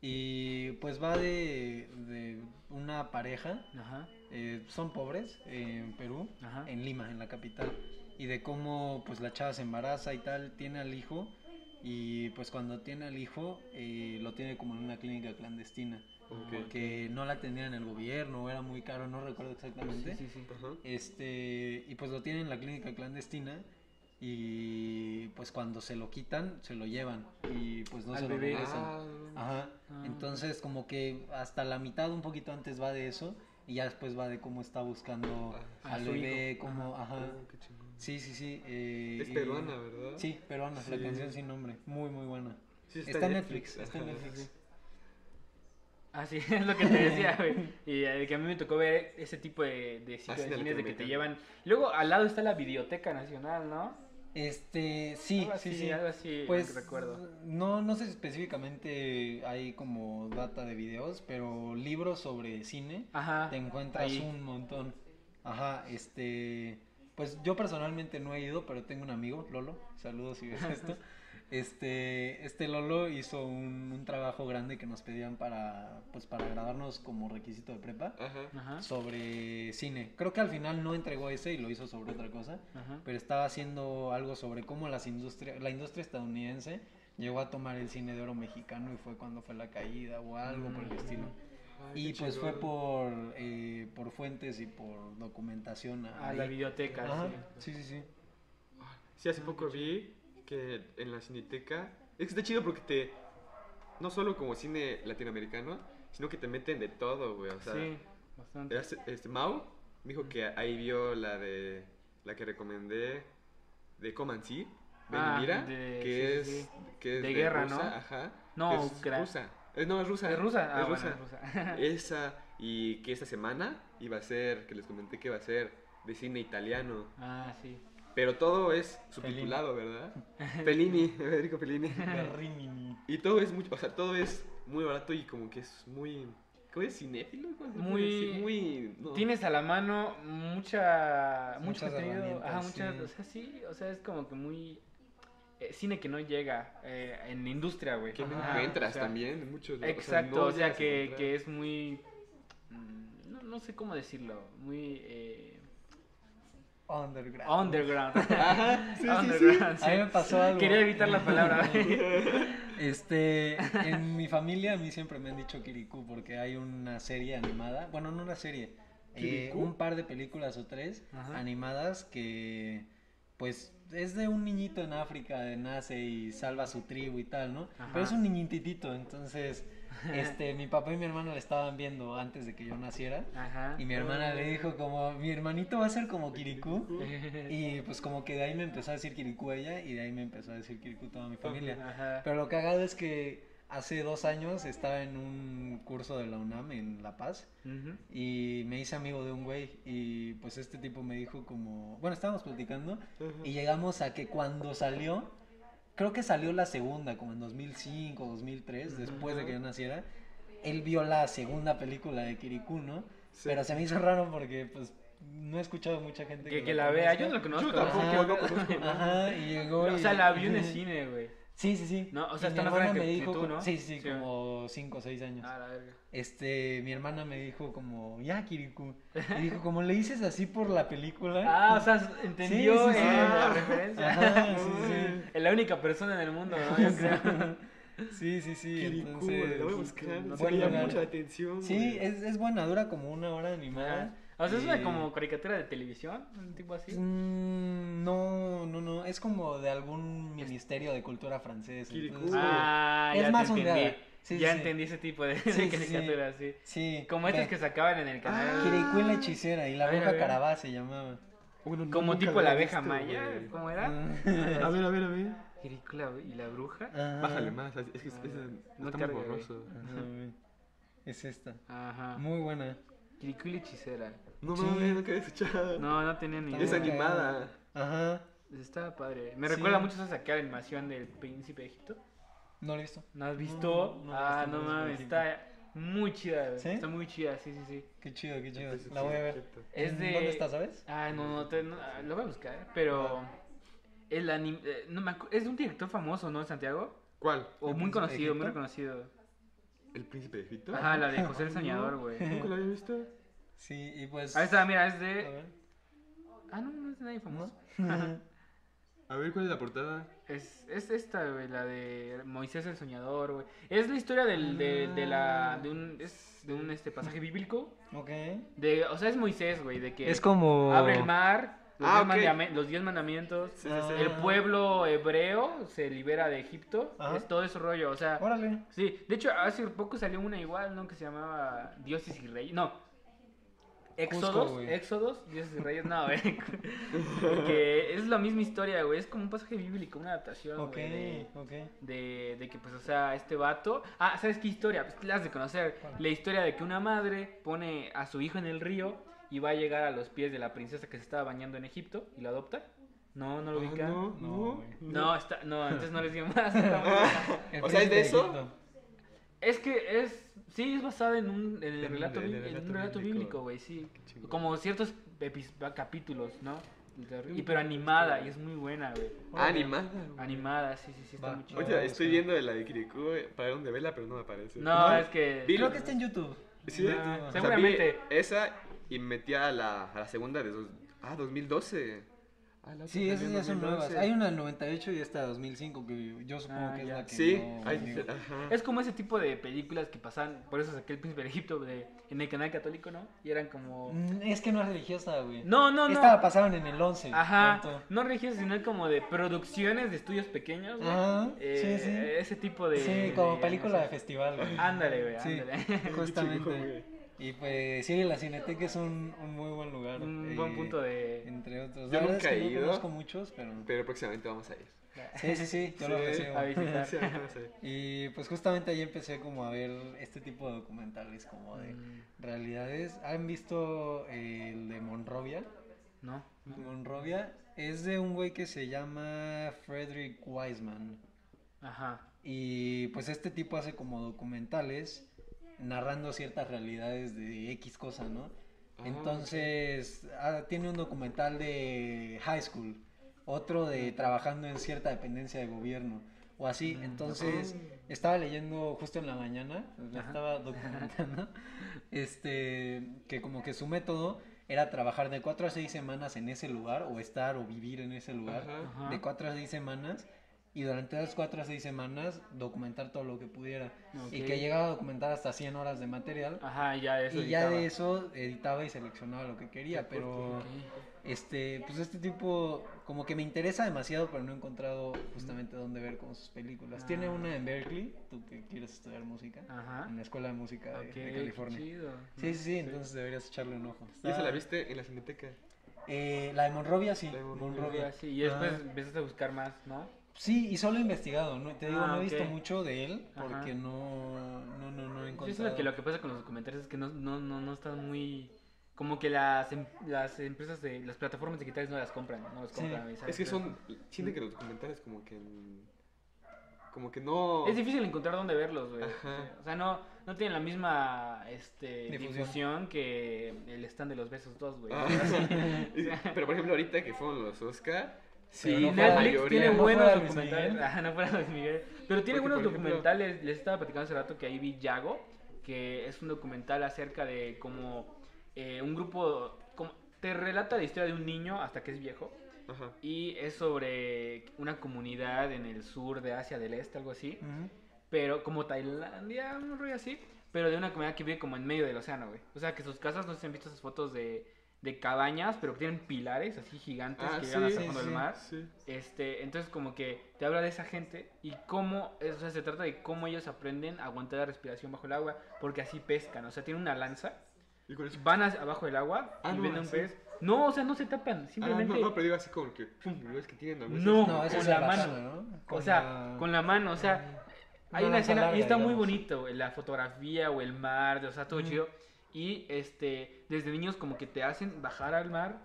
Speaker 3: y pues va de, de una pareja,
Speaker 2: Ajá,
Speaker 3: eh, son pobres eh, en Perú,
Speaker 2: ajá.
Speaker 3: en Lima, en la capital, y de cómo pues la chava se embaraza y tal, tiene al hijo y pues cuando tiene al hijo eh, lo tiene como en una clínica clandestina,
Speaker 4: ¿no? Ok.
Speaker 3: porque no la tenía en el gobierno, o era muy caro, no recuerdo exactamente.
Speaker 2: Sí, sí, sí.
Speaker 4: Ajá.
Speaker 3: Este, y pues lo tienen en la clínica clandestina. Y pues cuando se lo quitan, se lo llevan. Y pues no
Speaker 2: Al
Speaker 3: se lo
Speaker 2: bebé.
Speaker 3: regresan.
Speaker 4: Ah,
Speaker 3: Ajá.
Speaker 2: Ah.
Speaker 3: Entonces, como que hasta la mitad, un poquito antes va de eso. Y ya después va de cómo está buscando
Speaker 4: Ah,
Speaker 2: a
Speaker 3: al
Speaker 2: su
Speaker 3: bebé,
Speaker 2: hijo. Ah,
Speaker 3: cómo. Ajá.
Speaker 4: oh, qué chingón.
Speaker 3: Sí, sí, sí. eh,
Speaker 4: Es
Speaker 3: y-
Speaker 4: peruana, ¿verdad?
Speaker 3: Sí, peruana, la
Speaker 4: Sí.
Speaker 3: canción sin nombre. Muy, muy buena.
Speaker 4: Sí,
Speaker 3: Está, en Netflix.
Speaker 2: <laughs>
Speaker 3: Está en
Speaker 4: ajá.
Speaker 3: Netflix.
Speaker 2: Ah, sí, <laughs> es lo que te decía, güey. Y eh, que a mí me tocó ver ese tipo de, de sitios
Speaker 4: sí,
Speaker 2: de cines de que te
Speaker 4: latinoamericano.
Speaker 2: llevan. Luego al lado está la Biblioteca Nacional, ¿no?
Speaker 3: Este, sí,
Speaker 2: algo así,
Speaker 3: sí, sí.
Speaker 2: Ah, Algo así,
Speaker 3: Pues
Speaker 2: recuerdo.
Speaker 3: no, no sé si específicamente hay como data de videos, pero libros sobre cine
Speaker 2: Ajá.
Speaker 3: te encuentras
Speaker 2: ahí.
Speaker 3: un montón. Ajá, este Pues yo personalmente no he ido, pero tengo un amigo, Lolo.
Speaker 2: <laughs>
Speaker 3: Saludos si ves esto. Este, este Lolo hizo un, un trabajo grande que nos pedían para, pues, para graduarnos como requisito de prepa
Speaker 4: Ajá.
Speaker 2: Ajá.
Speaker 3: sobre cine. Creo que al final no entregó ese y lo hizo sobre otra cosa,
Speaker 2: Ajá.
Speaker 3: pero estaba haciendo algo sobre cómo las industria, la industria estadounidense llegó a tomar el cine de oro mexicano y fue cuando fue la caída o algo por el
Speaker 2: Mm.
Speaker 3: estilo.
Speaker 4: Ay,
Speaker 3: Y
Speaker 4: qué
Speaker 3: pues fue
Speaker 4: chingón.
Speaker 3: por, eh, por fuentes y por documentación.
Speaker 2: A la
Speaker 3: ahí.
Speaker 2: biblioteca,
Speaker 3: Ajá,
Speaker 2: Ah, sí.
Speaker 3: Sí, sí,
Speaker 2: <laughs>
Speaker 3: sí.
Speaker 4: Sí, hace poco vi que en la Cineteca. Es que está chido porque te. No solo como cine latinoamericano, sino que te meten de todo, güey. O sea,
Speaker 2: Sí, bastante.
Speaker 4: hace- este, Mau me dijo que ahí vio la de. La que recomendé de Coman sí, Ven y
Speaker 2: Ah,
Speaker 4: mira,
Speaker 2: de-
Speaker 4: que,
Speaker 2: sí, sí,
Speaker 4: es, que es
Speaker 2: De guerra,
Speaker 4: rusa,
Speaker 2: ¿no?
Speaker 4: Ajá.
Speaker 2: No,
Speaker 4: que es
Speaker 2: ucra-
Speaker 4: rusa. Eh, no, es rusa.
Speaker 2: ¿Es rusa? Ah,
Speaker 4: es
Speaker 2: bueno,
Speaker 4: rusa.
Speaker 2: es rusa. <laughs>
Speaker 4: Esa, y que esta semana iba a ser, que les comenté que iba a ser de cine italiano.
Speaker 2: Ah, sí.
Speaker 4: Pero todo es subtitulado, ¿verdad?
Speaker 2: <laughs>
Speaker 4: Fellini, Federico Fellini. Y todo es mucho, o sea, todo es muy barato y como que es muy ¿cómo es cinéfilo? ¿Cómo se puede
Speaker 2: Muy-
Speaker 4: decir? muy no.
Speaker 2: Tienes a la mano mucha, mucho
Speaker 3: Muchas
Speaker 2: contenido.
Speaker 3: herramientas,
Speaker 2: Ajá, muchas,
Speaker 3: sí.
Speaker 2: O sea, sí, o sea, es como que muy. eh, cine que no llega eh, en industria, güey.
Speaker 4: que no
Speaker 2: Ajá,
Speaker 4: encuentras
Speaker 2: o sea,
Speaker 4: también muchos ¿no?
Speaker 2: Exacto,
Speaker 4: no
Speaker 2: o sea,
Speaker 4: llegas a
Speaker 2: que,
Speaker 4: encontrar.
Speaker 2: que es muy. mm, No, no sé cómo decirlo. Muy. eh,
Speaker 3: Underground.
Speaker 2: underground.
Speaker 4: <laughs> Ajá, sí, sí, sí.
Speaker 2: underground, sí.
Speaker 3: A mí me pasó algo.
Speaker 2: Quería evitar la palabra.
Speaker 3: Este, en mi familia a mí siempre me han dicho Kirikou porque hay una serie animada, bueno, no una serie, eh,
Speaker 4: ¿Kirikou?
Speaker 3: un par de películas o tres
Speaker 2: Ajá.
Speaker 3: animadas que pues es de un niñito en África, de nace y salva a su tribu y tal, ¿no?
Speaker 2: Ajá.
Speaker 3: Pero es un niñititito, entonces <laughs>
Speaker 2: <laughs>
Speaker 3: este mi papá y mi hermana la estaban viendo antes de que yo naciera
Speaker 2: Ajá.
Speaker 3: y mi hermana le dijo como mi hermanito va a ser como Kirikou.
Speaker 2: Y
Speaker 3: Y pues como que de ahí me empezó a decir Kirikou ella y de ahí me empezó a decir Kirikou toda mi familia.
Speaker 2: Ajá.
Speaker 3: Pero lo cagado es que hace dos años estaba en un curso de la UNAM en La Paz
Speaker 2: Ujú.
Speaker 3: y me hice amigo de un güey y pues este tipo me dijo como, bueno, estábamos platicando
Speaker 4: <laughs>
Speaker 3: y llegamos a que cuando salió, creo que salió la segunda, como en 2005, 2003, después de que yo naciera, él vio la segunda película de Kirikou, ¿no?
Speaker 4: Sí.
Speaker 3: Pero se me hizo raro porque pues no he escuchado mucha gente
Speaker 2: Que, que la vea, yo no lo conozco.
Speaker 4: Yo tampoco
Speaker 3: Ajá.
Speaker 4: no conozco.
Speaker 3: Ajá, y llegó
Speaker 2: O
Speaker 3: y-
Speaker 2: sea, la vi en
Speaker 3: <laughs>
Speaker 2: el cine, güey.
Speaker 3: Sí, sí, sí.
Speaker 2: No, o sea,
Speaker 3: Y
Speaker 2: está
Speaker 3: mi
Speaker 2: más
Speaker 3: hermana
Speaker 2: grande
Speaker 3: me
Speaker 2: que
Speaker 3: dijo,
Speaker 2: tú, ¿no?
Speaker 3: Sí, sí,
Speaker 2: Sí. Ah.
Speaker 3: como 5 o 6 años.
Speaker 2: A la verga.
Speaker 3: Este, mi hermana me dijo como, ya, Kirikou. Y dijo, como le dices así por la
Speaker 2: <laughs>
Speaker 3: película.
Speaker 2: Ah, o sea, entendió
Speaker 3: sí, sí.
Speaker 2: eh, la
Speaker 3: Ah.
Speaker 2: referencia.
Speaker 3: <laughs> Ajá, sí, sí.
Speaker 2: Es <laughs> la única persona en el mundo,
Speaker 3: <laughs>
Speaker 2: ¿no? Yo creo.
Speaker 3: sí, sí, sí.
Speaker 4: Kirikou, güey,
Speaker 3: entonces,
Speaker 4: la voy a buscar,
Speaker 3: no
Speaker 4: no
Speaker 3: sé,
Speaker 4: me llama
Speaker 3: bueno,
Speaker 4: mucha atención.
Speaker 3: Sí,
Speaker 4: güey.
Speaker 3: es, es buena, dura como una hora animada. Eh,
Speaker 2: O sea, es
Speaker 3: Y-
Speaker 2: una como caricatura de televisión, un tipo así.
Speaker 3: Mm, no, no, no. Es como de algún ministerio de cultura francés.
Speaker 4: Kirikou.
Speaker 3: entonces-
Speaker 2: Ah,
Speaker 3: Es
Speaker 2: ya
Speaker 3: más
Speaker 2: te entendí.
Speaker 3: ondeada. Sí,
Speaker 2: ya
Speaker 3: sí.
Speaker 2: entendí ese tipo de, de
Speaker 3: Sí, sí, Ah, sí.
Speaker 2: caricaturas, sí.
Speaker 3: Sí.
Speaker 2: Como estas
Speaker 3: ve,
Speaker 2: que sacaban en el canal.
Speaker 3: Kirikou y la hechicera y la
Speaker 2: A ver, a
Speaker 3: bruja
Speaker 2: ver.
Speaker 3: carabá se llamaba.
Speaker 4: Bueno, no,
Speaker 2: como
Speaker 4: nunca
Speaker 2: tipo
Speaker 4: lo
Speaker 2: la
Speaker 4: he
Speaker 2: abeja
Speaker 4: visto,
Speaker 2: maya,
Speaker 4: güey. Ah,
Speaker 2: ¿cómo era?
Speaker 3: Ah,
Speaker 4: A ver, a ver, a ver.
Speaker 2: Kirikou la- y la bruja.
Speaker 3: Ajá.
Speaker 4: Bájale más, es que es, es-
Speaker 2: No
Speaker 4: está
Speaker 2: carga,
Speaker 4: muy
Speaker 2: güey.
Speaker 4: borroso.
Speaker 3: Ajá, güey. Es esta.
Speaker 2: Ajá.
Speaker 3: Muy buena.
Speaker 2: Kirikou y la hechicera.
Speaker 4: No
Speaker 3: Sí.
Speaker 4: mames, nunca he escuchado.
Speaker 2: No, no tenía ni
Speaker 4: Es
Speaker 3: Está
Speaker 2: idea.
Speaker 3: bien.
Speaker 4: animada.
Speaker 3: Ajá.
Speaker 2: Estaba padre. Me
Speaker 3: Sí.
Speaker 2: recuerda mucho a esa que era animación del Príncipe de Egipto.
Speaker 3: No la he visto.
Speaker 2: ¿No has visto?
Speaker 3: No, no,
Speaker 2: ah,
Speaker 3: esta
Speaker 2: no
Speaker 3: no es
Speaker 2: mames,
Speaker 3: México.
Speaker 2: está muy chida, güey.
Speaker 3: ¿Sí?
Speaker 2: Está muy chida, sí, sí, sí.
Speaker 3: Qué chido, qué chido. La voy a ver.
Speaker 2: Este Es
Speaker 3: ¿En
Speaker 2: de-
Speaker 3: ¿Dónde está, sabes?
Speaker 2: Ah, no, no, te- no, ah, lo voy a buscar, ¿eh? pero
Speaker 3: Ah.
Speaker 2: el anim- eh, no me acu- es de un director famoso, ¿no? Santiago,
Speaker 4: ¿Cuál?
Speaker 2: o
Speaker 3: ¿El
Speaker 2: muy
Speaker 3: Príncipe de
Speaker 2: conocido, muy
Speaker 3: Egipto?
Speaker 2: reconocido.
Speaker 4: ¿El príncipe de Egipto?
Speaker 2: Ajá, la de José
Speaker 3: <laughs>
Speaker 2: <laughs> el Soñador, güey.
Speaker 4: ¿Nunca lo había visto?
Speaker 3: Sí, y pues.
Speaker 2: Ahí está, mira, es
Speaker 3: A
Speaker 2: de
Speaker 3: ver.
Speaker 2: Ah, no, no es de nadie famoso.
Speaker 4: A ver, ¿cuál es la portada?
Speaker 2: Es, es esta, güey, la de Moisés el Soñador, güey. Es la historia del, de, de la de un es de un este pasaje bíblico
Speaker 3: <laughs> Ok.
Speaker 2: de, o sea, es Moisés, güey, de que
Speaker 3: Es como.
Speaker 2: abre el mar, los,
Speaker 4: Ah,
Speaker 2: diez,
Speaker 4: ok.
Speaker 2: mandame- los diez mandamientos,
Speaker 4: Sí, sí, sí.
Speaker 2: el pueblo hebreo se libera de Egipto,
Speaker 3: Ah. Ajá.
Speaker 2: es todo ese rollo, o sea,
Speaker 3: Órale.
Speaker 2: sí, de hecho hace poco salió una igual, ¿no? Que se llamaba Dioses y Reyes, no, Éxodos,
Speaker 3: güey.
Speaker 2: Éxodos, Dioses y Reyes,
Speaker 3: <laughs>
Speaker 2: no, güey, que es la misma historia, güey, es como un pasaje bíblico, una adaptación,
Speaker 3: Ok,
Speaker 2: güey, de-
Speaker 3: ok.
Speaker 2: de, de que, pues, o sea, este vato. Ah, ¿sabes qué historia? Pues la has de conocer. La historia de que una madre pone a su hijo en el río y va a llegar a los pies de la princesa que se estaba bañando en Egipto y lo adopta. No, no lo
Speaker 4: Ah,
Speaker 2: ubican.
Speaker 4: no,
Speaker 3: No,
Speaker 4: no.
Speaker 3: güey.
Speaker 2: <laughs> No, está, no, entonces no les digo más. está muy buena.
Speaker 3: El
Speaker 4: O sea, ¿es de
Speaker 3: príncipe
Speaker 4: eso?
Speaker 3: Egipto.
Speaker 2: es que es. Sí, es basada en un, en el
Speaker 4: En el-
Speaker 2: relato,
Speaker 4: en el
Speaker 2: bí- en un
Speaker 4: relato
Speaker 2: relato
Speaker 4: bíblico.
Speaker 2: bíblico, güey, sí.
Speaker 4: chingón.
Speaker 2: Como ciertos epis- capítulos, ¿no? Y pero animada, y es muy buena, güey.
Speaker 4: Animada, güey.
Speaker 2: Animada, sí, sí, sí, está
Speaker 3: Va.
Speaker 2: muy chida.
Speaker 3: Oye,
Speaker 4: Oye, este, estoy viendo de la de Kirikou eh, para donde vela, pero no me aparece.
Speaker 2: No, es que.
Speaker 4: Vi
Speaker 3: Creo que está en YouTube.
Speaker 4: Sí,
Speaker 2: Ah,
Speaker 4: o sea, vi
Speaker 2: seguramente.
Speaker 4: esa y metí a la, a la segunda de dos, ah, 2012. Ah, la otra
Speaker 3: Sí, esas
Speaker 4: salió en
Speaker 3: ya son nuevas.
Speaker 4: 2012.
Speaker 3: Hay una del 98 y esta de 2005 que yo supongo
Speaker 2: Ah,
Speaker 3: que es
Speaker 2: ya.
Speaker 3: la que
Speaker 4: Sí,
Speaker 3: no
Speaker 4: hay-
Speaker 3: digo.
Speaker 4: ajá.
Speaker 2: Es como ese tipo de películas que pasan, por eso saqué el príncipe de Egipto de, en el canal católico, ¿no? Y eran como...
Speaker 3: Mm, Es que no es religiosa, güey.
Speaker 2: No, no, no.
Speaker 3: Esta la pasaron en el 11.
Speaker 2: Ajá,
Speaker 3: pronto.
Speaker 2: no religiosas, sino como de producciones de estudios pequeños. güey.
Speaker 3: Ajá,
Speaker 2: Eh,
Speaker 3: Ah, sí, sí.
Speaker 2: Ese tipo de...
Speaker 3: sí, como
Speaker 2: de-
Speaker 3: película de
Speaker 2: no sé.
Speaker 3: festival, güey.
Speaker 2: Ándale, güey,
Speaker 3: Sí.
Speaker 2: ándale. <laughs>
Speaker 3: Justamente. Y pues sí, la Cineteca es un, un muy buen lugar.
Speaker 2: Un
Speaker 3: eh,
Speaker 2: buen punto de...
Speaker 3: Entre otros.
Speaker 4: Yo
Speaker 3: La verdad
Speaker 4: nunca
Speaker 3: es que
Speaker 4: he ido.
Speaker 3: No conozco muchos, pero...
Speaker 4: Pero próximamente vamos a ir.
Speaker 3: Sí, sí, sí,
Speaker 2: <laughs>
Speaker 3: yo lo
Speaker 4: Sí,
Speaker 3: recibo.
Speaker 2: a visitar.
Speaker 4: Sí, ajá, sí.
Speaker 3: Y pues justamente ahí empecé como a ver este tipo de documentales como de
Speaker 2: Mm,
Speaker 3: realidades. ¿Han visto eh, el de Monrovia?
Speaker 2: No. no.
Speaker 3: Monrovia es de un güey que se llama Frederick Wiseman.
Speaker 2: Ajá.
Speaker 3: Y pues este tipo hace como documentales narrando ciertas realidades de X cosa, ¿no?
Speaker 4: Ah,
Speaker 3: Entonces ah, tiene un documental de high school, otro de trabajando en cierta dependencia de gobierno o
Speaker 4: Mm,
Speaker 3: así. Entonces estaba leyendo justo en la mañana, me
Speaker 2: Ajá.
Speaker 4: <laughs>
Speaker 3: estaba documentando, este, que como que su método era trabajar de cuatro a seis semanas en ese lugar o estar o vivir en ese lugar
Speaker 4: Ajá.
Speaker 2: Ajá.
Speaker 3: de 4 a 6 semanas y durante esas 4 a 6 semanas documentar todo lo que pudiera. Y
Speaker 2: Ok.
Speaker 3: que llegaba a documentar hasta 100 horas de material.
Speaker 2: Ajá, ya de eso.
Speaker 3: y ya de
Speaker 2: editaba.
Speaker 3: eso editaba y seleccionaba lo que quería, pero este, pues este tipo como que me interesa demasiado, pero no he encontrado justamente dónde ver con sus películas. Tiene
Speaker 2: Ah.
Speaker 3: una en Berkeley, tú que quieres estudiar música,
Speaker 2: Ajá.
Speaker 3: en la escuela de música de-
Speaker 2: Ok,
Speaker 3: de,
Speaker 2: qué
Speaker 3: California.
Speaker 2: chido.
Speaker 3: Sí, sí, sí, entonces deberías echarle un ojo.
Speaker 4: ¿Y esa la
Speaker 3: Está-
Speaker 4: viste en la Cineteca?
Speaker 3: Eh, la de Monrovia, sí.
Speaker 4: La de Monrovia.
Speaker 3: Monrovia.
Speaker 2: Sí, y después
Speaker 3: Ah.
Speaker 2: empiezas a buscar más, ¿no?
Speaker 3: Sí, y solo he investigado, ¿no? Te digo,
Speaker 2: Ah,
Speaker 3: no he visto
Speaker 2: ok.
Speaker 3: mucho de él
Speaker 2: Ajá.
Speaker 3: porque no, no, no, no he
Speaker 2: Yo
Speaker 3: encontrado.
Speaker 2: siento que lo que pasa con los documentales es que no, no, no, no están muy... Como que las, em- las empresas de... Las plataformas digitales no las compran, no las
Speaker 3: Sí.
Speaker 2: compran. y
Speaker 4: Es
Speaker 2: ¿sabes?
Speaker 4: que son. Siente que los documentales, como que. Como que no.
Speaker 2: Es difícil encontrar dónde verlos, güey.
Speaker 4: Ajá.
Speaker 2: O sea, no, no tienen la misma este,
Speaker 3: Difusión.
Speaker 2: difusión. que el stand de los besos 2, güey.
Speaker 4: Ah, <laughs> sí. Pero por ejemplo, ahorita que fueron los Oscar.
Speaker 2: Sí,
Speaker 3: Pero no fue la
Speaker 2: Netflix
Speaker 3: mayoría.
Speaker 2: tiene
Speaker 3: No
Speaker 2: buenos
Speaker 3: fuera Luis
Speaker 2: documentales. <laughs> Ah.
Speaker 3: Miguel.
Speaker 2: Ajá, no fuera Luis Miguel. Pero tiene
Speaker 4: Porque,
Speaker 2: buenos
Speaker 4: por ejemplo-
Speaker 2: documentales. Les estaba platicando hace rato que ahí vi Yago, que es un documental acerca de como eh, un grupo. Como, te relata la historia de un niño hasta que es viejo.
Speaker 4: Ajá.
Speaker 2: Y es sobre una comunidad en el sur de Asia del Este, algo así.
Speaker 3: Ujú.
Speaker 2: pero como Tailandia, un rollo así, pero de una comunidad que vive como en medio del océano, güey. O sea, que sus casas, no sé si han visto esas fotos de, de cabañas, pero que tienen pilares así gigantes
Speaker 4: Ah,
Speaker 2: que
Speaker 4: sí,
Speaker 2: llegan hasta el
Speaker 4: sí,
Speaker 2: fondo del
Speaker 3: sí.
Speaker 2: mar.
Speaker 4: Sí.
Speaker 2: Este, entonces como que te habla de esa gente y cómo, o sea, se trata de cómo ellos aprenden a aguantar la respiración bajo el agua, porque así pescan, o sea, tienen una lanza,
Speaker 4: ¿Y con eso?
Speaker 2: van a- abajo del agua
Speaker 4: Ah,
Speaker 2: y
Speaker 4: no,
Speaker 2: ven a un
Speaker 4: así.
Speaker 2: pez. No, o sea, no se tapan,
Speaker 4: Ah, no,
Speaker 2: simplemente...
Speaker 4: no, pero digo así como que. Pum, ¿no es que tienen algo así?
Speaker 2: No,
Speaker 3: No,
Speaker 2: con
Speaker 3: esa es
Speaker 2: la
Speaker 3: la
Speaker 2: mano.
Speaker 3: mano, ¿no?
Speaker 2: o sea, con la mano, o sea, Hay
Speaker 3: Una
Speaker 2: una
Speaker 3: lanza
Speaker 2: escena
Speaker 3: larga,
Speaker 2: y está muy
Speaker 3: digamos.
Speaker 2: bonito, güey, la fotografía o el mar, o sea, todo
Speaker 3: Ujú.
Speaker 2: chido. Y este, desde niños como que te hacen bajar al mar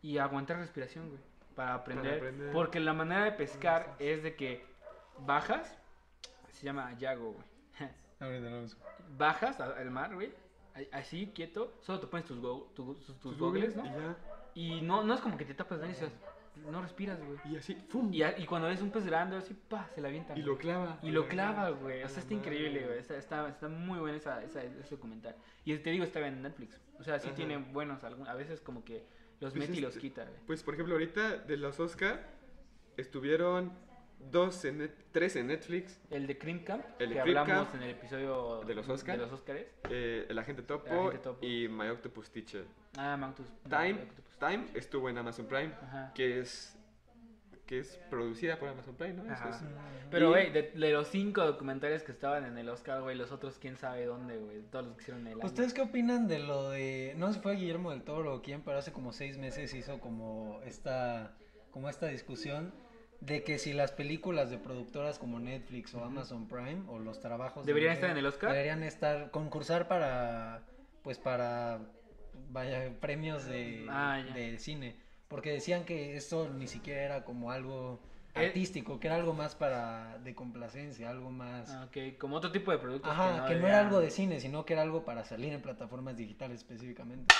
Speaker 2: y aguantar respiración, güey, para aprender.
Speaker 4: aprender.
Speaker 2: Porque la manera de pescar es de que bajas, se llama yago, güey.
Speaker 3: Ahorita lo uso.
Speaker 2: bajas a- al mar, güey, a- así, quieto, solo te pones tus, go- tu- tus, tus
Speaker 4: Tus
Speaker 2: gogles,
Speaker 4: goggles,
Speaker 2: ¿no?
Speaker 4: Y ya.
Speaker 2: Y no, no es como que te tapas la nariz, o sea, no respiras, güey.
Speaker 4: Y así. ¡Pum!
Speaker 2: Y, a- y cuando ves un pez grande, así, pa, se la avienta.
Speaker 4: Y
Speaker 2: güey.
Speaker 4: lo clava.
Speaker 2: Y lo clava, güey. O
Speaker 4: A
Speaker 2: sea,
Speaker 4: la
Speaker 2: está increíble,
Speaker 4: madre.
Speaker 2: güey. Está, está, está muy bueno esa, esa- ese documental. Y te digo, estaba en Netflix. O sea, sí
Speaker 4: Ajá.
Speaker 2: tiene buenos. algún- A veces como que los
Speaker 4: Pues
Speaker 2: mete y
Speaker 4: es-
Speaker 2: los quita, güey.
Speaker 4: Pues por ejemplo, ahorita de los Oscar estuvieron dos en net- tres en Netflix.
Speaker 2: El de Cream Camp,
Speaker 4: El de
Speaker 2: que
Speaker 4: Cream
Speaker 2: hablamos
Speaker 4: Camp,
Speaker 2: en el episodio
Speaker 4: de los Oscar.
Speaker 2: de los Óscares.
Speaker 4: eh, el agente topo,
Speaker 2: El Agente Topo.
Speaker 4: y My Octopus Teacher.
Speaker 2: Ah, Mantus.
Speaker 4: Time, Time estuvo en Amazon Prime,
Speaker 2: Ajá.
Speaker 4: que es que es producida por Amazon Prime, ¿no?
Speaker 2: Ajá.
Speaker 4: Eso es-
Speaker 2: Pero,
Speaker 4: Y-
Speaker 2: güey, de, de los cinco documentales que estaban en el Oscar, güey, los otros quién sabe dónde, güey. Todos los que hicieron en
Speaker 4: Pues,
Speaker 2: el año.
Speaker 3: ¿Ustedes qué opinan de lo de. No sé si fue Guillermo del Toro o quién, pero hace como seis meses hizo como esta. como esta discusión de que si las películas de productoras como Netflix o Amazon Prime o los trabajos de
Speaker 2: ¿Deberían
Speaker 3: video
Speaker 2: estar en el Oscar?
Speaker 3: deberían estar concursar para pues para vaya premios de,
Speaker 2: Ah, ya.
Speaker 3: de cine porque decían que eso ni siquiera era como algo
Speaker 2: Eh.
Speaker 3: artístico que era algo más para de complacencia algo más
Speaker 2: Ah, ok, como otro tipo de productos.
Speaker 3: Ajá, que no, era
Speaker 2: deberían-
Speaker 3: algo de cine, sino que era algo para salir en plataformas digitales específicamente.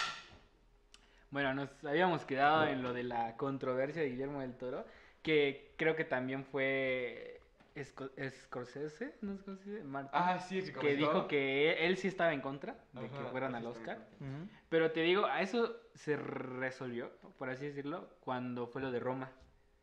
Speaker 2: Bueno, nos habíamos quedado en lo de la controversia de Guillermo del Toro, que creo que también fue Esco- Scorsese, ¿no Scorsese? Martin,
Speaker 4: Ah, sí, el
Speaker 2: que
Speaker 4: comentó.
Speaker 2: dijo que él, él sí estaba en contra de que
Speaker 4: Ajá,
Speaker 2: fueran
Speaker 4: sí
Speaker 2: al
Speaker 4: estaba en
Speaker 2: Oscar.
Speaker 4: contra.
Speaker 3: Ujú.
Speaker 2: Pero te digo, a eso se resolvió, por así decirlo, cuando fue lo de Roma.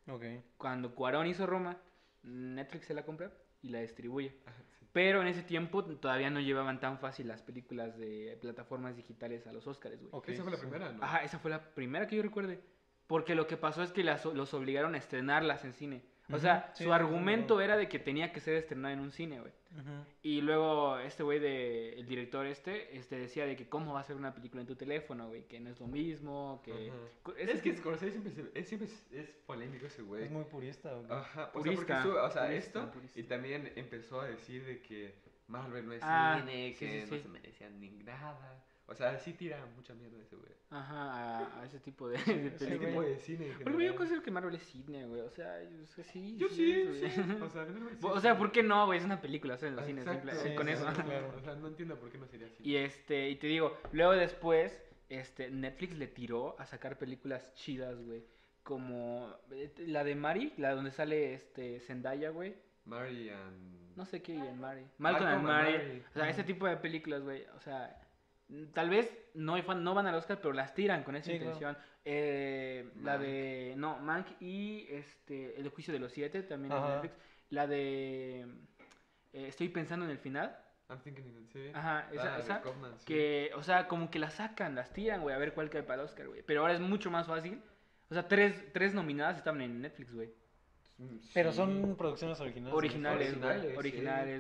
Speaker 3: Ok.
Speaker 2: Cuando Cuarón hizo Roma, Netflix se la compra y la distribuye.
Speaker 4: Ajá, sí.
Speaker 2: Pero en ese tiempo todavía no llevaban tan fácil las películas de plataformas digitales a los Oscars, güey.
Speaker 3: Ok,
Speaker 4: Esa fue la
Speaker 3: sí.
Speaker 4: primera, ¿no?
Speaker 2: Ajá, esa fue la primera que yo recuerde. Porque lo que pasó es que las- los obligaron a estrenarlas en cine. O
Speaker 3: Ujú,
Speaker 2: sea,
Speaker 3: sí,
Speaker 2: su
Speaker 3: sí,
Speaker 2: argumento
Speaker 3: sí.
Speaker 2: era de que tenía que ser estrenada en un cine, güey.
Speaker 3: Ujú.
Speaker 2: Y luego este güey de el director este, este decía de que cómo va a ser una película en tu teléfono, güey, que no es lo mismo, que
Speaker 4: Ajá.
Speaker 2: cu-
Speaker 4: Es,
Speaker 2: ese
Speaker 4: que
Speaker 2: tipo-
Speaker 4: Scorsese siempre, se- es, siempre es, es polémico ese güey.
Speaker 3: Es muy purista. güey.
Speaker 2: Ah,
Speaker 4: Ajá, o sea, porque
Speaker 2: Purista,
Speaker 4: estuvo- o sea,
Speaker 2: purista,
Speaker 4: esto,
Speaker 2: purista.
Speaker 4: y también empezó a decir de que Marvel no es
Speaker 2: Ah,
Speaker 4: cine,
Speaker 2: sí,
Speaker 4: que
Speaker 2: sí,
Speaker 4: no
Speaker 2: sí.
Speaker 4: se merecían ni nada. O sea, sí tira mucha mierda ese güey.
Speaker 2: ajá, a, a <laughs> ese tipo de,
Speaker 4: <laughs>
Speaker 2: de
Speaker 3: ese
Speaker 4: Ese
Speaker 3: güey.
Speaker 2: películas.
Speaker 4: tipo de cine en
Speaker 2: Porque yo
Speaker 4: general.
Speaker 2: considero que Marvel es cine, güey, o sea, yo sé- sí.
Speaker 4: Yo sí,
Speaker 2: es,
Speaker 4: sí.
Speaker 2: güey.
Speaker 4: <laughs> O sea, no, no, sí,
Speaker 2: <laughs> O
Speaker 4: sí.
Speaker 2: sea, ¿por qué no, güey? Es una película, ¿sabes? En los cines,
Speaker 4: Exacto.
Speaker 2: simple-
Speaker 3: Sí,
Speaker 2: con
Speaker 3: sí,
Speaker 2: eso.
Speaker 3: sí,
Speaker 4: Claro.
Speaker 3: claro.
Speaker 4: O sea, no entiendo por qué no sería así.
Speaker 2: Y este, y te digo, luego después, este, Netflix le tiró a sacar películas chidas, güey. Como eh, la de Mari, la donde sale este Zendaya, güey.
Speaker 4: Mary and...
Speaker 2: No sé qué, y en Mari. Malcolm
Speaker 4: Malcolm
Speaker 2: and
Speaker 4: and
Speaker 2: Mary.
Speaker 4: Mary.
Speaker 2: O sea, ese tipo de películas, güey. O sea, mm, tal vez no, hay fan- no van al Oscar, pero las tiran con esa
Speaker 3: Sí, claro.
Speaker 2: intención. Eh, la
Speaker 4: Mank.
Speaker 2: de. No, Mank y este, El Juicio de los Siete también es
Speaker 3: Ajá.
Speaker 2: Netflix. La de. eh, Estoy pensando en el final.
Speaker 4: I'm thinking in it, sí.
Speaker 2: Ajá, esa.
Speaker 4: Ah, de
Speaker 2: esa
Speaker 4: Kaufman, sí.
Speaker 2: que, o sea, como que las sacan, las tiran, güey, a ver cuál cae para el Oscar, güey. Pero ahora es mucho más fácil. O sea, tres, tres nominadas estaban en Netflix, güey.
Speaker 4: Mm,
Speaker 3: Pero
Speaker 4: sí.
Speaker 3: son producciones Ah, originales.
Speaker 2: Originales, güey.
Speaker 4: originales,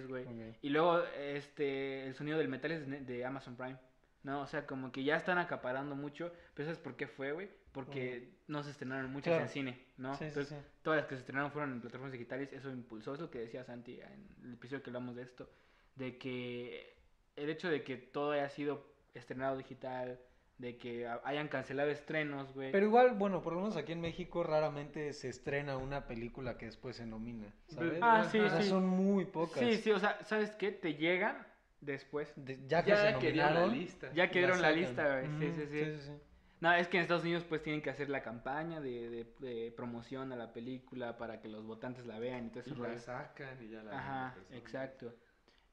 Speaker 2: Originales, güey.
Speaker 3: Ok.
Speaker 2: Y luego, este, el sonido del metal es ne- de Amazon Prime. No, o sea, como que ya están acaparando mucho. Pero ¿sabes por qué fue, güey? Porque no se estrenaron muchas
Speaker 3: Claro.
Speaker 2: en cine, ¿no?
Speaker 3: Sí, sí,
Speaker 2: Entonces,
Speaker 3: sí.
Speaker 2: todas las que se estrenaron fueron en plataformas digitales, eso impulsó, es lo que decía Santi en el episodio que hablamos de esto, de que el hecho de que todo haya sido estrenado digital, de que a- hayan cancelado estrenos, güey.
Speaker 3: Pero igual, bueno, por lo menos aquí en México raramente se estrena una película que después se nomina, ¿sabes?
Speaker 2: Ah, sí,
Speaker 3: O sea,
Speaker 2: sí.
Speaker 3: son muy pocas.
Speaker 2: sí, sí, o sea, ¿sabes qué? Te llegan después.
Speaker 3: De- ya que se
Speaker 4: Ya que dieron la
Speaker 3: nominaron,
Speaker 4: lista.
Speaker 2: Ya que dieron la
Speaker 3: sacan.
Speaker 2: lista, güey. Sí,
Speaker 3: Ujú,
Speaker 2: sí, sí, No, es que en Estados Unidos pues tienen que hacer la campaña de, de- de promoción a la película para que los votantes la vean y todo
Speaker 4: Y
Speaker 2: eso.
Speaker 4: la sacan y ya la...
Speaker 2: Ajá, exacto.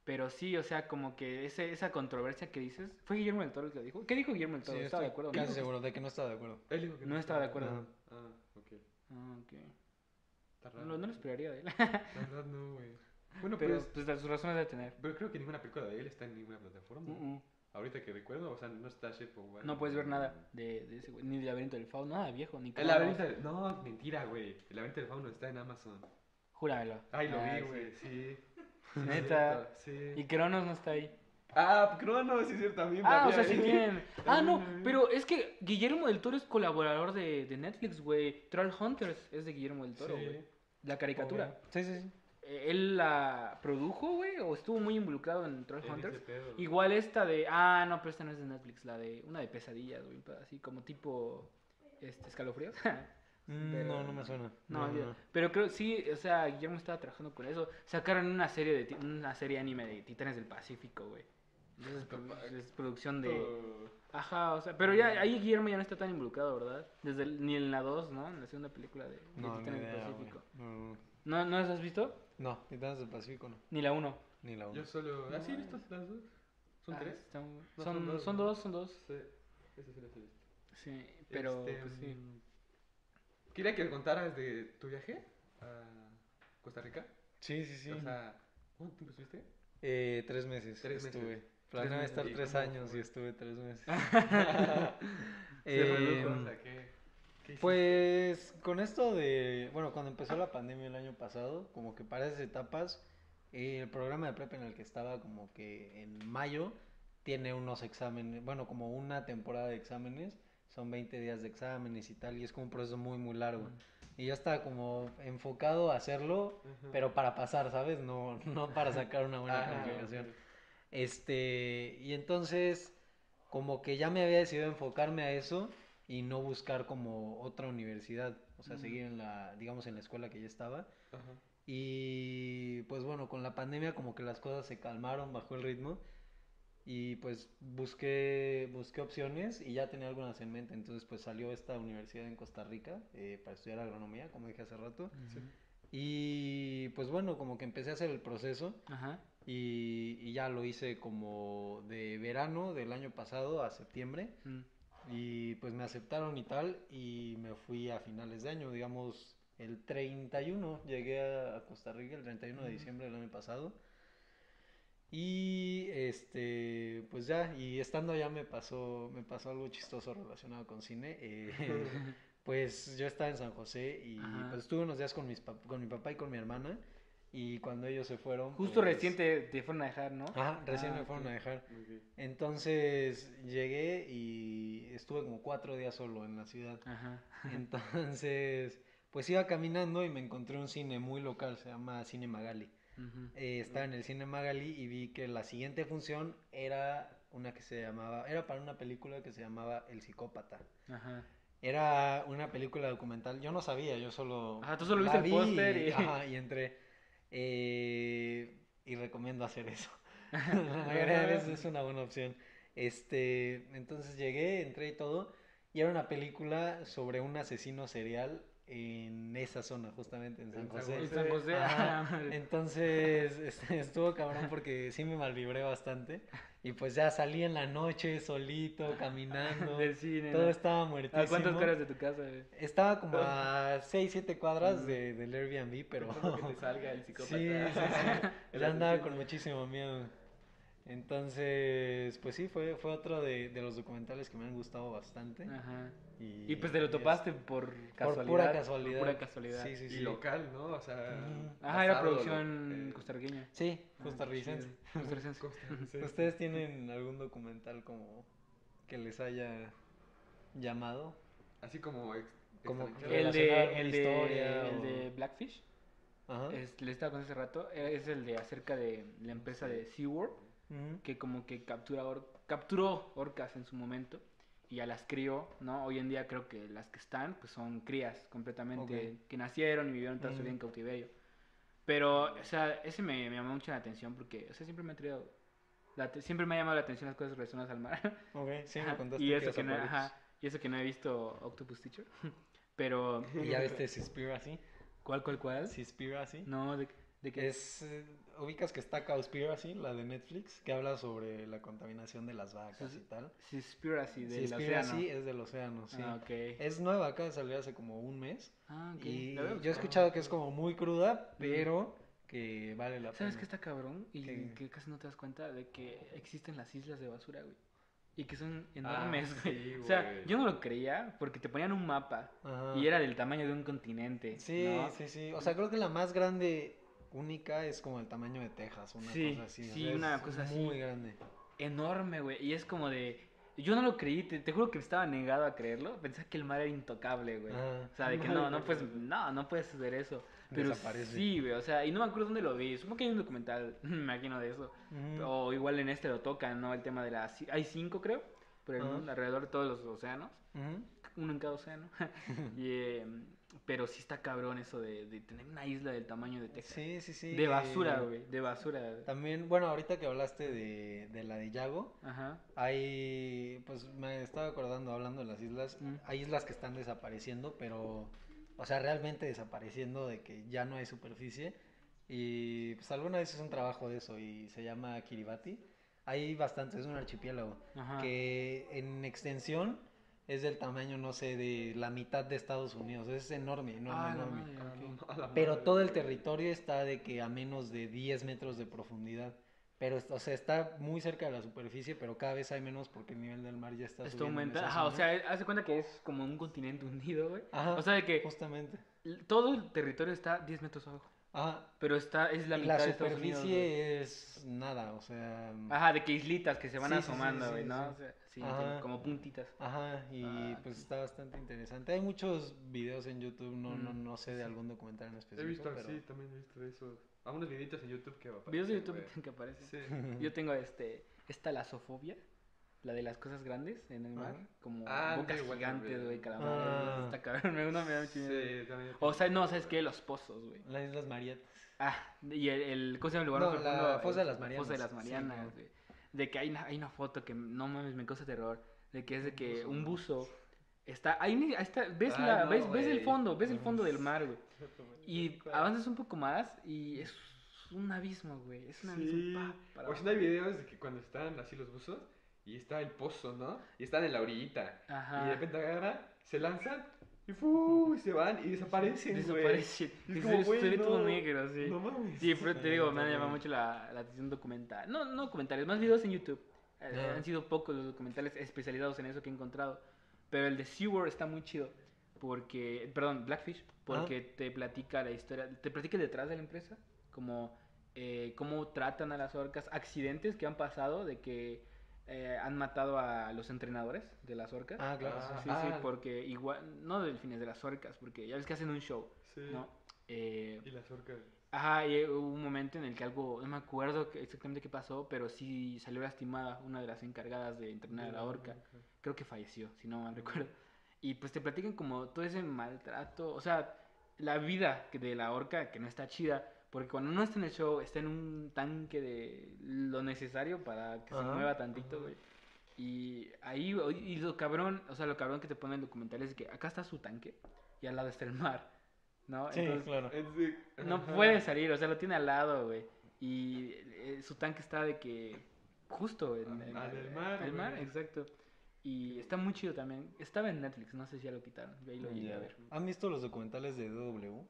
Speaker 2: Pero sí, o sea, como que ese, esa controversia que dices. ¿Fue Guillermo del Toro el que lo dijo? ¿Qué dijo Guillermo del
Speaker 3: Sí,
Speaker 2: Toro?
Speaker 3: estoy
Speaker 2: ¿Estaba de acuerdo? o no?
Speaker 3: Casi seguro de que no estaba de acuerdo.
Speaker 4: Él dijo que
Speaker 2: No estaba de acuerdo.
Speaker 4: No. Ah, ok.
Speaker 2: Ah, ok.
Speaker 4: Está raro.
Speaker 2: No, no lo esperaría <laughs> de él.
Speaker 4: La verdad no, güey. Bueno, pero,
Speaker 2: Pero pues sus razones de tener.
Speaker 4: pero creo que ninguna película de él está en ninguna plataforma.
Speaker 2: Uh-uh.
Speaker 4: Ahorita que recuerdo, o sea, no está Shape of Water,
Speaker 2: No puedes ver nada de, de ese güey. Ni del laberinto del fauno, nada viejo, ni
Speaker 4: El
Speaker 2: Crónicas.
Speaker 4: laberinto del... No, es mentira, güey. El laberinto del fauno está en Amazon.
Speaker 2: Júramelo.
Speaker 4: Ay, lo
Speaker 2: Ah,
Speaker 4: vi,
Speaker 2: sí. <laughs>
Speaker 4: güey, sí.
Speaker 2: Neta.
Speaker 4: Sí.
Speaker 2: Y
Speaker 4: es cierto, sí.
Speaker 2: Cronos no está ahí.
Speaker 4: Ah, Crono, sí es cierto, también.
Speaker 2: Ah, o sea,
Speaker 4: la vi
Speaker 2: sí
Speaker 4: ahí. <laughs>
Speaker 2: tienen. Ah, no,
Speaker 4: También la vi.
Speaker 2: pero es que Guillermo del Toro es colaborador de, de Netflix, güey. Troll Hunters es de Guillermo del Toro,
Speaker 4: Sí.
Speaker 2: güey. La caricatura.
Speaker 3: Ok. Sí, sí, sí.
Speaker 2: Eh, él la produjo, güey, o estuvo muy involucrado en Troll
Speaker 4: En ese
Speaker 2: Hunters.
Speaker 4: pedo.
Speaker 2: Igual esta de. Ah, no, pero esta no es de Netflix, la de. Una de pesadillas, güey, pero así como tipo. Este, escalofríos. <laughs>
Speaker 3: Mm,
Speaker 2: Pero-
Speaker 3: No, no me suena.
Speaker 2: no,
Speaker 3: No,
Speaker 2: ya-
Speaker 3: no.
Speaker 2: pero creo, sí, o sea, Guillermo estaba trabajando con eso. Sacaron una serie de ti- una serie anime de Titanes del Pacífico, güey. Entonces, pues, es producción de.
Speaker 4: Oh,
Speaker 2: Ajá, o sea, pero ya ahí Guillermo ya no está tan involucrado, ¿verdad? Desde el- ni en la 2, ¿no? En la segunda película de, de
Speaker 3: No, ni
Speaker 2: Titanes del
Speaker 3: idea, güey.
Speaker 2: Pacífico.
Speaker 3: No, no, no.
Speaker 2: ¿No, ¿No las has visto?
Speaker 3: No, Titanes del Pacífico no.
Speaker 2: Ni la 1.
Speaker 3: Ni la
Speaker 4: Yo
Speaker 3: uno.
Speaker 4: solo. ¿Ah, sí, listas las dos? ¿Son
Speaker 2: Ah,
Speaker 4: tres?
Speaker 2: están-
Speaker 4: No,
Speaker 2: son,
Speaker 4: son dos,
Speaker 2: son
Speaker 4: ¿no?
Speaker 2: dos, son dos.
Speaker 4: Sí. Eso sí las
Speaker 3: este,
Speaker 4: he visto.
Speaker 2: Sí, pero
Speaker 4: Este,
Speaker 2: pues sí.
Speaker 4: mm, Quería que contaras de tu viaje a Costa Rica.
Speaker 3: Sí, sí, sí.
Speaker 4: O sea, ¿cuánto tiempo
Speaker 3: <laughs>
Speaker 4: estuviste?
Speaker 3: Eh, tres meses
Speaker 4: Tres meses.
Speaker 3: estuve. Planeaba
Speaker 4: meses.
Speaker 3: estar
Speaker 4: ¿Y
Speaker 3: tres
Speaker 4: cómo
Speaker 3: años
Speaker 4: fue?
Speaker 3: y estuve tres meses.
Speaker 4: <laughs> Se
Speaker 3: Eh,
Speaker 4: redujo, o sea, ¿qué- qué hiciste?
Speaker 3: Pues con esto de, bueno, cuando empezó la pandemia el año pasado, como que para esas etapas, eh, el programa de prepa en el que estaba como que en mayo tiene unos exámenes, bueno, como una temporada de exámenes, son 20 días de exámenes y tal, y es como un proceso muy, muy largo. Y yo estaba como enfocado a hacerlo,
Speaker 4: Ajá.
Speaker 3: pero para pasar, ¿sabes? No, no para sacar una buena
Speaker 4: Ah,
Speaker 3: calificación.
Speaker 4: ok.
Speaker 3: Este, y entonces, como que ya me había decidido enfocarme a eso y no buscar como otra universidad, o sea,
Speaker 2: Mm.
Speaker 3: seguir en la, digamos, en la escuela que ya estaba.
Speaker 4: Ajá.
Speaker 3: Y pues bueno, con la pandemia como que las cosas se calmaron, bajó el ritmo. y pues busqué, busqué opciones y ya tenía algunas en mente. Entonces pues salió esta universidad en Costa Rica eh, para estudiar agronomía, como dije hace rato. Y pues bueno, como que empecé a hacer el proceso
Speaker 2: Ajá.
Speaker 3: y, y ya lo hice como de verano del año pasado a septiembre.
Speaker 2: Mm.
Speaker 3: Y pues me aceptaron y tal, y me fui a finales de año, digamos el 31, llegué a a Costa Rica el 31 de diciembre del año pasado. Y este, pues ya, y estando allá me pasó, me pasó algo chistoso relacionado con cine.
Speaker 2: <laughs>
Speaker 3: eh, pues yo estaba en San José y
Speaker 2: Ajá.
Speaker 3: pues estuve unos días con, mis pap- con mi papá y con mi hermana. Y cuando ellos se fueron.
Speaker 2: <laughs> Justo
Speaker 3: pues-
Speaker 2: reciente te fueron a dejar, ¿no?
Speaker 3: Ajá, recién
Speaker 2: Ah,
Speaker 3: me fueron
Speaker 2: ok.
Speaker 3: a dejar. Entonces llegué y estuve como cuatro días solo en la ciudad.
Speaker 2: Ajá.
Speaker 3: Entonces, pues iba caminando y me encontré un cine muy local, se llama Cine Magali.
Speaker 2: Ujú.
Speaker 3: Eh, estaba en el Cine Magali y vi que la siguiente función era una que se llamaba, era para una película que se llamaba El Psicópata.
Speaker 2: Ajá.
Speaker 3: Era una película documental, yo no sabía, yo solo...
Speaker 2: Ajá, Ah, tú solo
Speaker 3: la
Speaker 2: viste el
Speaker 3: vi
Speaker 2: póster
Speaker 3: y...
Speaker 2: y-
Speaker 3: ajá, y entré. Eh, y recomiendo
Speaker 2: <laughs>
Speaker 3: hacer <laughs> eso. La mayoría de veces es una buena opción. Este, entonces llegué, entré y todo. Y era una película sobre un asesino serial en esa zona, justamente en San
Speaker 4: En San
Speaker 3: José.
Speaker 2: En San José.
Speaker 3: Ajá.
Speaker 2: ah, madre.
Speaker 3: Entonces <laughs> este, estuvo cabrón porque sí me malvibré bastante. Y pues ya salí en la
Speaker 2: <laughs>
Speaker 3: noche solito, caminando.
Speaker 2: Del cine.
Speaker 3: Todo este
Speaker 2: ¿no?
Speaker 3: estaba
Speaker 2: ¿A Ah, cuántas
Speaker 3: muertísimo.
Speaker 2: cuadras de Ah. tu casa? eh? güey?
Speaker 3: Estaba como a 6, 7 cuadras de,
Speaker 2: Mm.
Speaker 3: del Airbnb, pero...
Speaker 5: Esperando
Speaker 3: <laughs>
Speaker 5: que te salga el psicópata.
Speaker 4: <laughs>
Speaker 3: Sí, sí, sí.
Speaker 5: El
Speaker 3: Ya andaba con
Speaker 5: asesino.
Speaker 3: muchísimo miedo. Entonces, pues sí, fue, fue otro de, de los documentales que me han gustado bastante.
Speaker 2: Ajá.
Speaker 3: Y,
Speaker 2: Ah. Y pues te lo
Speaker 3: es-
Speaker 2: topaste por casualidad.
Speaker 3: Por pura
Speaker 2: por
Speaker 3: casualidad.
Speaker 2: pura casualidad.
Speaker 3: Sí, sí, sí.
Speaker 4: Y local, ¿no? O sea.
Speaker 3: Ujú.
Speaker 2: Ajá, era
Speaker 4: pasado,
Speaker 2: producción
Speaker 4: lo- eh,
Speaker 3: <laughs>
Speaker 2: costarriqueña.
Speaker 3: Sí, costarricense.
Speaker 2: Ah, chido. Costarricense.
Speaker 3: ¿Ustedes tienen algún documental como que les haya llamado?
Speaker 4: Así como. ex-
Speaker 3: Como
Speaker 4: extranjero.
Speaker 2: El
Speaker 3: Relacionado
Speaker 2: de,
Speaker 3: con
Speaker 2: el, de,
Speaker 3: historia
Speaker 2: el
Speaker 3: o-
Speaker 2: de Blackfish,
Speaker 3: Ajá.
Speaker 2: es- le estaba con hace rato, eh, es el de acerca de la empresa de SeaWorld,
Speaker 3: Ujú.
Speaker 2: que como que captura or- capturó orcas en su momento y ya las crió, ¿no? Hoy en día creo que las que están pues son crías completamente que nacieron y vivieron toda su vida en
Speaker 3: Ujú.
Speaker 2: cautiverio. Pero, o sea, ese me, me llamó mucho la atención porque, o sea, siempre me ha traído, la te- siempre me ha llamado la atención las cosas relacionadas al mar.
Speaker 3: Ok, sí, me
Speaker 2: <laughs> Ajá,
Speaker 3: contaste
Speaker 2: y,
Speaker 3: que
Speaker 2: eso
Speaker 3: ibas a
Speaker 2: que no,
Speaker 3: por
Speaker 2: ajá,
Speaker 3: ellos.
Speaker 2: y eso que no he visto Octopus Teacher. <laughs> Pero,
Speaker 3: ¿Y ya viste Seaspiracy?
Speaker 2: ¿cuál, cuál, cuál?
Speaker 3: Seaspiracy.
Speaker 2: No, de, de que...
Speaker 3: Es, eh, ubicas que está Cowspiracy, la de Netflix, que habla sobre la contaminación de las vacas y
Speaker 2: Sí,
Speaker 3: tal.
Speaker 2: Seaspiracy del
Speaker 3: Seaspiracy
Speaker 2: océano.
Speaker 3: es del océano, sí.
Speaker 2: Ah, ok.
Speaker 3: Es nueva, acaba de salir hace como un mes.
Speaker 2: Ah, ok.
Speaker 3: Y
Speaker 2: La voy a
Speaker 3: yo he
Speaker 2: buscar.
Speaker 3: escuchado que es como eh, muy cruda, pero que vale la
Speaker 2: ¿Sabes qué
Speaker 3: pena.
Speaker 2: está cabrón? Y
Speaker 3: ¿Qué?
Speaker 2: que casi no te das cuenta de que existen las islas de basura, güey. Y que son
Speaker 4: Ah,
Speaker 2: enormes,
Speaker 4: sí,
Speaker 2: güey. o sea,
Speaker 4: güey.
Speaker 2: yo no lo creía porque te ponían un mapa
Speaker 3: Ajá.
Speaker 2: y era del tamaño de un continente.
Speaker 3: Ah. Sí,
Speaker 2: ¿no?
Speaker 3: sí, sí. O sea, creo que la más grande única es como el tamaño de Texas, una
Speaker 2: Sí,
Speaker 3: cosa así. o
Speaker 2: sí,
Speaker 3: sea, es
Speaker 2: una cosa así.
Speaker 3: Muy grande.
Speaker 2: Enorme, güey. Y es como de. Yo no lo creí, te, te juro que estaba negado a creerlo. Pensaba que el mar era intocable, güey.
Speaker 3: Ajá.
Speaker 2: O sea, de que no, no puedes, no, no puedes hacer eso. Pero
Speaker 3: Desaparece.
Speaker 2: sí, güey, o sea, y no me acuerdo dónde lo vi. Supongo que hay un documental, <laughs> me imagino de eso.
Speaker 3: Ujú.
Speaker 2: O igual en este lo tocan, ¿no? El tema de las... Hay cinco, creo, por el
Speaker 3: Ajá.
Speaker 2: mundo, alrededor de todos los océanos.
Speaker 3: Ujú.
Speaker 2: Uno en cada
Speaker 3: <laughs>
Speaker 2: océano. <laughs> y, eh, pero sí está cabrón eso de, de tener una isla del tamaño de Texas.
Speaker 3: Sí, sí, sí.
Speaker 2: De basura,
Speaker 3: eh,
Speaker 2: güey, de basura.
Speaker 3: También, bueno, ahorita que hablaste de, de la de Yago,
Speaker 2: Ajá.
Speaker 3: hay, pues me estaba acordando hablando de las islas,
Speaker 2: Mm.
Speaker 3: hay islas que están desapareciendo, pero, o sea, realmente desapareciendo de que ya no hay superficie. Y pues alguna vez hice un trabajo de eso y se llama Kiribati. Hay bastante, es un archipiélago
Speaker 2: Ajá.
Speaker 3: que en extensión es del tamaño, no sé, de la mitad de Estados Unidos. Es enorme, enorme,
Speaker 2: Ah, la
Speaker 3: enorme.
Speaker 2: madre, ok.
Speaker 4: A la
Speaker 3: Pero
Speaker 4: madre.
Speaker 3: todo el territorio está de que a menos de 10 metros de profundidad. Pero, o sea, está muy cerca de la superficie, pero cada vez hay menos porque el nivel del mar ya está
Speaker 2: Esto
Speaker 3: subiendo en
Speaker 2: aumenta.
Speaker 3: esa
Speaker 2: Ajá, o
Speaker 3: zona.
Speaker 2: sea, hace cuenta que es como un continente hundido, güey.
Speaker 3: Ajá,
Speaker 2: O sea, de que
Speaker 3: justamente.
Speaker 2: todo el territorio está 10 metros abajo.
Speaker 3: Ajá,
Speaker 2: Pero está, es la
Speaker 3: y
Speaker 2: mitad
Speaker 3: la
Speaker 2: de Estados Unidos, güey.
Speaker 3: superficie es nada, o sea...
Speaker 2: Ajá, de que islitas que se van
Speaker 3: Sí, sí, sí,
Speaker 2: asomando,
Speaker 3: sí,
Speaker 2: güey, ¿no?
Speaker 3: sí.
Speaker 2: O sea, sí,
Speaker 3: Ajá.
Speaker 2: entiendo, como puntitas.
Speaker 3: Ajá, y
Speaker 2: Ah,
Speaker 3: pues está bastante interesante. Hay muchos videos en YouTube, no, no,
Speaker 2: Mm,
Speaker 3: no sé de algún documental en
Speaker 4: He
Speaker 3: específico.
Speaker 4: visto,
Speaker 3: pero... <laughs>
Speaker 4: sí, también he visto eso. A unos videitos en YouTube que aparecen,
Speaker 2: Videos de YouTube
Speaker 4: güey.
Speaker 2: que aparecen.
Speaker 4: Sí.
Speaker 2: Yo tengo este, esta lasofobia, la de las cosas grandes en el mar,
Speaker 3: Ajá.
Speaker 2: como
Speaker 4: Ah,
Speaker 2: bocas
Speaker 4: sí, igual
Speaker 2: gigantes,
Speaker 4: también.
Speaker 2: güey, calamares,
Speaker 3: Ah.
Speaker 2: está cabrón, <laughs> me- <laughs> uno me da mucho miedo.
Speaker 4: Sí, también.
Speaker 2: O sea, no, ¿sabes qué? Los pozos, güey.
Speaker 3: Las Islas Marietas.
Speaker 2: Ah, y el, el- ¿cómo se llama el lugar?
Speaker 3: No,
Speaker 2: más
Speaker 3: la
Speaker 2: profundo?
Speaker 3: Fosa de
Speaker 2: El-
Speaker 3: las Marianas.
Speaker 2: Fosa de las
Speaker 3: Sí,
Speaker 2: Marianas,
Speaker 3: no.
Speaker 2: güey. de que hay una, hay una foto que no mames, me causa terror, de que es de que un buzo está ahí, ni- ahí está, ves
Speaker 4: Ay,
Speaker 2: la
Speaker 4: Ah, no,
Speaker 2: ves, ves el
Speaker 4: güey.
Speaker 2: fondo, ves el fondo del mar, güey. Y avanzas un poco más y es un abismo, güey, es un
Speaker 4: Sí.
Speaker 2: abismo. pa, para
Speaker 4: O si no hay videos de que cuando están así los buzos y está el pozo, ¿no? Y están en la orillita.
Speaker 2: Ajá.
Speaker 4: Y de repente agarran, se lanzan y ¡fu! se van y desaparecen, güey.
Speaker 2: Desaparece.
Speaker 4: Y es
Speaker 2: Y
Speaker 4: como,
Speaker 2: se,
Speaker 4: güey,
Speaker 2: se ve
Speaker 4: no,
Speaker 2: todo negro, sí.
Speaker 4: No mames.
Speaker 2: Sí, pero te digo, me han
Speaker 4: No,
Speaker 2: llamado
Speaker 4: güey.
Speaker 2: mucho la, la atención documental. No, no documentales, más videos en YouTube. Eh,
Speaker 3: Ya.
Speaker 2: Han sido pocos los documentales especializados en eso que he encontrado. Pero el de SeaWorld está muy chido. Porque, perdón, Blackfish, porque
Speaker 3: Ah.
Speaker 2: te platica la historia, te platica el detrás de la empresa, como eh, cómo tratan a las orcas, accidentes que han pasado de que eh, han matado a los entrenadores de las orcas.
Speaker 3: Ah, claro.
Speaker 4: Ah,
Speaker 2: sí, sí, porque igual, no delfines, de las orcas, porque ya ves que hacen un show,
Speaker 4: Sí.
Speaker 2: ¿no? Eh,
Speaker 4: Y las orcas.
Speaker 2: Ajá, y eh, hubo un momento en el que algo, no me acuerdo que- exactamente qué pasó, pero sí salió lastimada una de las encargadas de entrenar a la orca. Creo que falleció, si no mal recuerdo. Y pues te platican como todo ese maltrato, o sea, la vida que- de la orca que no está chida, porque cuando no está en el show, está en un tanque de lo necesario para que se
Speaker 3: Ajá,
Speaker 2: mueva tantito, güey. Y ahí, y lo cabrón, o sea, lo cabrón que te pone el documental es que acá está su tanque y al lado está el mar, ¿no?
Speaker 3: Sí,
Speaker 2: Ah, Entonces, eh,
Speaker 3: claro.
Speaker 4: Es de-
Speaker 2: no
Speaker 4: Ajá.
Speaker 2: puede salir, o sea, lo tiene al lado, güey. Y eh, su tanque está de que justo en, en-
Speaker 4: Ah, Al del mar,
Speaker 2: al mar,
Speaker 4: güey.
Speaker 2: exacto. Y está muy chido también. Estaba en Netflix, no sé si ya lo quitaron. Yo ahí lo llegué a ver.
Speaker 3: ¿Han visto los documentales de DW?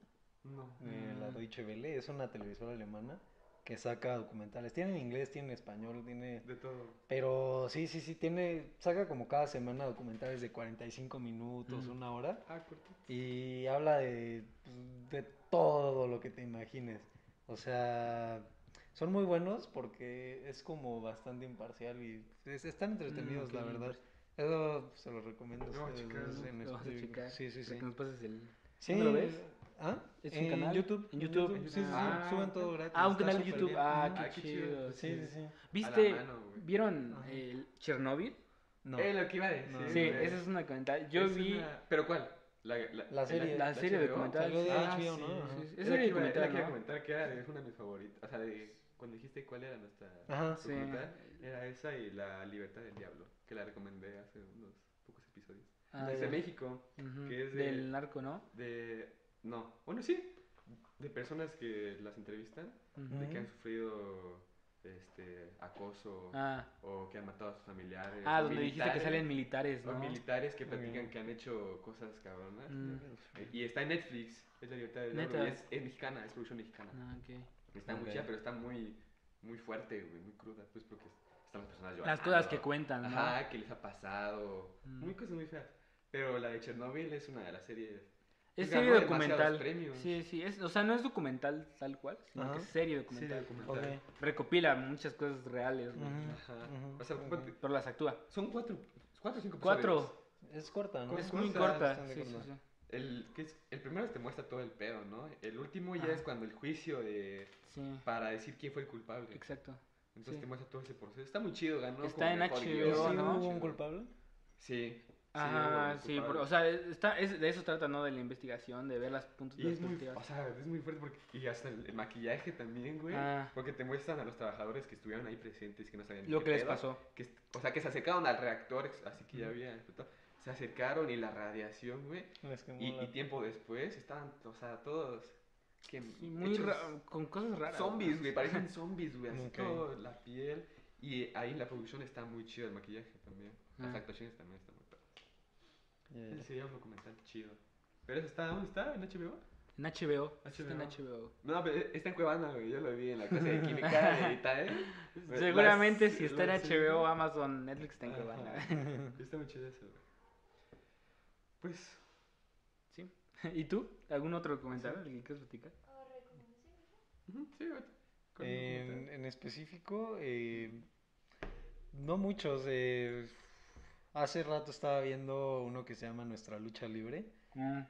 Speaker 4: No.
Speaker 3: de la
Speaker 2: Mm.
Speaker 3: Deutsche Welle? Es una televisora alemana que saca documentales. Tiene en inglés, tiene en español, tiene...
Speaker 4: De todo.
Speaker 3: Pero sí, sí, sí, tiene... Saca como cada semana documentales de 45 minutos,
Speaker 2: Ujú.
Speaker 3: una hora.
Speaker 4: Ah, cortito.
Speaker 3: Y habla de, pues, de todo lo que te imagines. O sea, son muy buenos porque es como bastante imparcial y es- están entretenidos,
Speaker 2: Mm,
Speaker 3: la
Speaker 2: ok,
Speaker 3: verdad. Eso se lo recomiendo a
Speaker 4: Lo voy a
Speaker 3: ustedes
Speaker 4: checar,
Speaker 3: dos
Speaker 4: ¿no?
Speaker 3: en
Speaker 2: Lo vamos a
Speaker 3: específico.
Speaker 2: checar.
Speaker 3: Sí, sí,
Speaker 2: Para
Speaker 3: sí.
Speaker 2: que nos pases el-
Speaker 3: Sí,
Speaker 2: ¿Dónde lo ves?
Speaker 3: ¿Ah?
Speaker 2: ¿Es un
Speaker 3: en
Speaker 2: canal?
Speaker 3: YouTube.
Speaker 2: En YouTube, en
Speaker 3: Sí, sí, sí,
Speaker 4: YouTube.
Speaker 3: Suben
Speaker 4: Ah,
Speaker 3: todo gratis.
Speaker 2: Ah, un
Speaker 3: está
Speaker 2: canal de
Speaker 3: súper
Speaker 2: YouTube.
Speaker 3: bien.
Speaker 2: Ah,
Speaker 3: Ujú.
Speaker 2: qué,
Speaker 4: Ah, qué
Speaker 2: chido.
Speaker 4: chido,
Speaker 3: Sí, sí, sí.
Speaker 2: ¿Viste?
Speaker 4: mano, güey.
Speaker 2: ¿Vieron
Speaker 3: Ajá.
Speaker 2: el Chernobyl?
Speaker 3: No.
Speaker 4: Eh, lo que iba a decir.
Speaker 3: No.
Speaker 2: Sí,
Speaker 3: Sí,
Speaker 4: güey.
Speaker 2: esa es una documental. Yo
Speaker 4: Es
Speaker 2: vi
Speaker 4: una- ¿Pero cuál? La, la,
Speaker 3: La serie.
Speaker 2: la serie
Speaker 4: HBO?
Speaker 2: documental.
Speaker 3: Salió de
Speaker 4: Ah,
Speaker 3: HBO,
Speaker 4: sí,
Speaker 3: ¿no? Ajá.
Speaker 2: sí, sí.
Speaker 4: Es
Speaker 2: Esa
Speaker 4: la que
Speaker 2: era
Speaker 4: iba- es
Speaker 2: documental,
Speaker 4: la que iba a
Speaker 2: ¿no?
Speaker 4: comentar que era de- es una de mis favoritas. O sea, de, cuando dijiste cuál era nuestra
Speaker 3: Ajá.
Speaker 2: Sí.
Speaker 4: documental, era esa y La Libertad del Diablo, que la recomendé hace unos pocos episodios.
Speaker 2: Ah,
Speaker 4: es de
Speaker 2: ya.
Speaker 4: México,
Speaker 2: Ujú,
Speaker 4: que es de-
Speaker 2: del narco, ¿no?
Speaker 4: de... No, bueno, sí, de personas que las entrevistan,
Speaker 2: Ujú.
Speaker 4: de que han sufrido este, acoso
Speaker 2: Ah,
Speaker 4: o que han matado a sus familiares.
Speaker 2: ah,
Speaker 4: o
Speaker 2: donde dijiste que
Speaker 4: militares,
Speaker 2: salen militares,
Speaker 4: o
Speaker 2: ¿no?
Speaker 4: militares que
Speaker 3: Ok.
Speaker 4: platican que han hecho cosas cabronas.
Speaker 2: Mm.
Speaker 4: Eh, Y está en Netflix, es la libertad del
Speaker 2: Neta.
Speaker 4: diablo. y Es, es mexicana, es producción mexicana.
Speaker 2: Ah, ok.
Speaker 4: Está muy
Speaker 3: Ok.
Speaker 4: chida, pero está muy, muy fuerte, güey, muy cruda. Pues porque están las personas llorando.
Speaker 2: Las cosas que cuentan, ¿no?
Speaker 4: ah, Ajá, que les ha pasado.
Speaker 2: Mm.
Speaker 4: Muy cosas muy feas. Pero la de Chernobyl es una de las series.
Speaker 2: Es
Speaker 4: Ganó
Speaker 2: serie
Speaker 4: demasiados
Speaker 2: documental.
Speaker 4: premios.
Speaker 2: Sí, sí, es, o sea, no es documental tal cual, sino
Speaker 3: Ajá.
Speaker 2: que es serie documental.
Speaker 3: Ok.
Speaker 2: Recopila muchas cosas reales, güey,
Speaker 3: Ujú,
Speaker 4: Ajá.
Speaker 3: ujú,
Speaker 4: O sea,
Speaker 3: ujú.
Speaker 4: ponte-
Speaker 2: pero las actúa.
Speaker 4: son cuatro, cuatro o cinco episodios.
Speaker 2: Cuatro,
Speaker 3: Es corta, ¿no?
Speaker 2: es
Speaker 4: corta,
Speaker 2: muy corta. Sí, sí, sí.
Speaker 4: El, que es- el primero te muestra todo el pedo, ¿no? El último ya
Speaker 2: Ajá.
Speaker 4: es cuando el juicio de
Speaker 2: Sí,
Speaker 4: para decir quién fue el culpable.
Speaker 2: exacto.
Speaker 4: Entonces
Speaker 2: sí.
Speaker 4: te muestra todo ese proceso. Está muy chido, ganó.
Speaker 2: Está
Speaker 4: como
Speaker 2: en
Speaker 4: mejor
Speaker 2: HBO,
Speaker 3: ¿Sí
Speaker 4: guión.
Speaker 2: Pero, ¿no?
Speaker 3: hubo un culpable?
Speaker 4: Sí.
Speaker 2: Ajá,
Speaker 4: hubo
Speaker 2: sí,
Speaker 4: culpable.
Speaker 2: por- o sea, está, es, de eso trata, ¿no? De la investigación, de ver las puntos
Speaker 4: Y
Speaker 2: de
Speaker 4: es muy,
Speaker 2: perspectiva.
Speaker 4: o sea, es muy fuerte porque, y hasta el, el maquillaje también, güey.
Speaker 2: Ah.
Speaker 4: Porque te muestran a los trabajadores que estuvieron ahí presentes, que no sabían
Speaker 2: Lo
Speaker 4: qué
Speaker 2: que les
Speaker 4: pedo,
Speaker 2: pasó.
Speaker 4: que est- o sea, que se acercaron al reactor, ex- así que ya había explotado. Se acercaron y la radiación, güey.
Speaker 3: Es que
Speaker 4: Y,
Speaker 3: mola.
Speaker 4: y tiempo después estaban, o sea, todos. Que
Speaker 2: Sí, muy
Speaker 4: hechos
Speaker 2: ra- con cosas raras. <laughs>
Speaker 4: Zombies, güey,
Speaker 2: güey.
Speaker 4: parecen zombies, güey. Así
Speaker 3: Ok.
Speaker 4: todo, la piel. Y eh, ahí la producción está muy chida, el maquillaje también. Las
Speaker 2: Ah.
Speaker 4: actuaciones también están muy padres.
Speaker 3: Ya, ya.
Speaker 4: Ese Sería un documental chido. ¿Pero eso está? ¿Dónde está? ¿En HBO?
Speaker 2: En HBO, está en
Speaker 4: HBO.
Speaker 2: HBO.
Speaker 4: No, pero e, está en Cuevana, güey. Yo lo vi en la clase de química de Itae. Las-
Speaker 2: Seguramente si está en
Speaker 4: las-
Speaker 2: HBO, Amazon, Netflix ah, está en
Speaker 4: Ajá.
Speaker 2: Cuevana.
Speaker 4: Está muy chido eso, güey. Pues,
Speaker 2: ¿Sí? <laughs> ¿Y tú? ¿Algún otro comentario que quieras platicar?
Speaker 4: ujú, sí, güey. Con un
Speaker 3: En,
Speaker 4: documental.
Speaker 3: en específico, eh, no muchos. eh, hace rato estaba viendo uno que se llama Nuestra Lucha Libre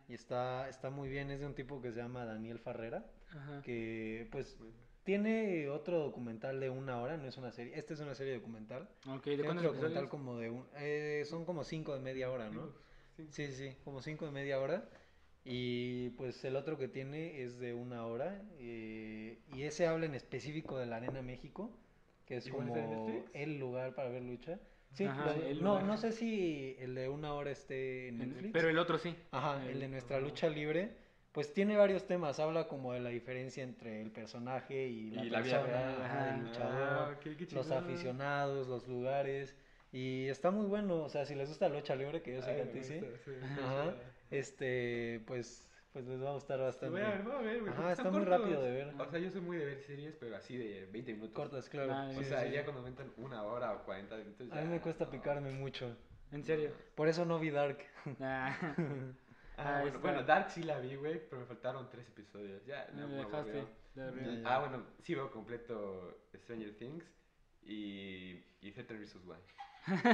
Speaker 3: y está, está muy bien. Es de un tipo que se llama Daniel Farrera,
Speaker 4: Ah.
Speaker 2: Ajá.
Speaker 3: que pues
Speaker 4: Bueno,
Speaker 3: tiene otro documental de una hora, no es una serie. Esta es una serie documental.
Speaker 2: Ok, ¿de
Speaker 3: Tiene
Speaker 2: cuántos
Speaker 3: otro documental
Speaker 2: episodios?
Speaker 3: como de un, eh, son como cinco de media hora, ¿no?
Speaker 4: sí.
Speaker 3: Sí, sí, como cinco de media hora. Y pues el otro que tiene es de una hora. eh, y ese habla en específico de la Arena México. que es
Speaker 4: ¿Igual está en
Speaker 3: como
Speaker 4: Netflix?
Speaker 3: el lugar para ver lucha. Sí,
Speaker 2: Ajá,
Speaker 3: lo-
Speaker 2: El
Speaker 3: no,
Speaker 2: Lugar.
Speaker 3: no sé si el de una hora esté en
Speaker 2: En-
Speaker 3: Netflix.
Speaker 2: Pero el otro sí.
Speaker 4: Ah.
Speaker 3: Ajá, el de nuestra lucha libre, pues tiene varios temas. Habla como de la diferencia entre el personaje y la,
Speaker 4: Y la vida
Speaker 3: persona,
Speaker 4: real.
Speaker 3: ajá,
Speaker 2: Ah,
Speaker 3: el luchador,
Speaker 4: qué- qué
Speaker 3: los
Speaker 4: chingón.
Speaker 3: aficionados, los lugares. Y está muy bueno, o sea, si les gusta la lucha libre, que yo sé
Speaker 4: Ay,
Speaker 3: que a
Speaker 4: me
Speaker 3: ti sí,
Speaker 4: gusta, sí, me
Speaker 3: ajá,
Speaker 4: gusta.
Speaker 3: este, pues, pues les va a gustar
Speaker 4: Lo voy a ver,
Speaker 3: bastante.
Speaker 4: voy a ver, güey.
Speaker 3: Ajá,
Speaker 4: porque
Speaker 3: está
Speaker 4: están
Speaker 3: muy
Speaker 4: cortos.
Speaker 3: rápido de ver.
Speaker 4: O sea, yo soy muy de ver series, pero así de 20 minutos.
Speaker 3: Cortas, claro.
Speaker 2: Ah,
Speaker 4: O
Speaker 2: sí,
Speaker 4: sea,
Speaker 2: sí.
Speaker 4: ya cuando aumentan una hora o 40 minutos.
Speaker 3: A mí
Speaker 4: ya,
Speaker 3: me cuesta
Speaker 4: no.
Speaker 3: picarme mucho.
Speaker 2: En
Speaker 4: <laughs>
Speaker 2: serio.
Speaker 3: Por eso no vi Dark.
Speaker 2: <laughs> Ah,
Speaker 4: Ah,
Speaker 2: Ah,
Speaker 4: bueno,
Speaker 2: está.
Speaker 4: bueno, Dark sí la vi, güey, pero me faltaron tres episodios. Ah, Ya,
Speaker 2: me
Speaker 4: no, me
Speaker 2: dejaste.
Speaker 4: aburrió.
Speaker 2: la
Speaker 3: Ya,
Speaker 2: verdad.
Speaker 3: ya.
Speaker 4: Ah, bueno, sí veo completo Stranger Things y, y 13 Reasons Why.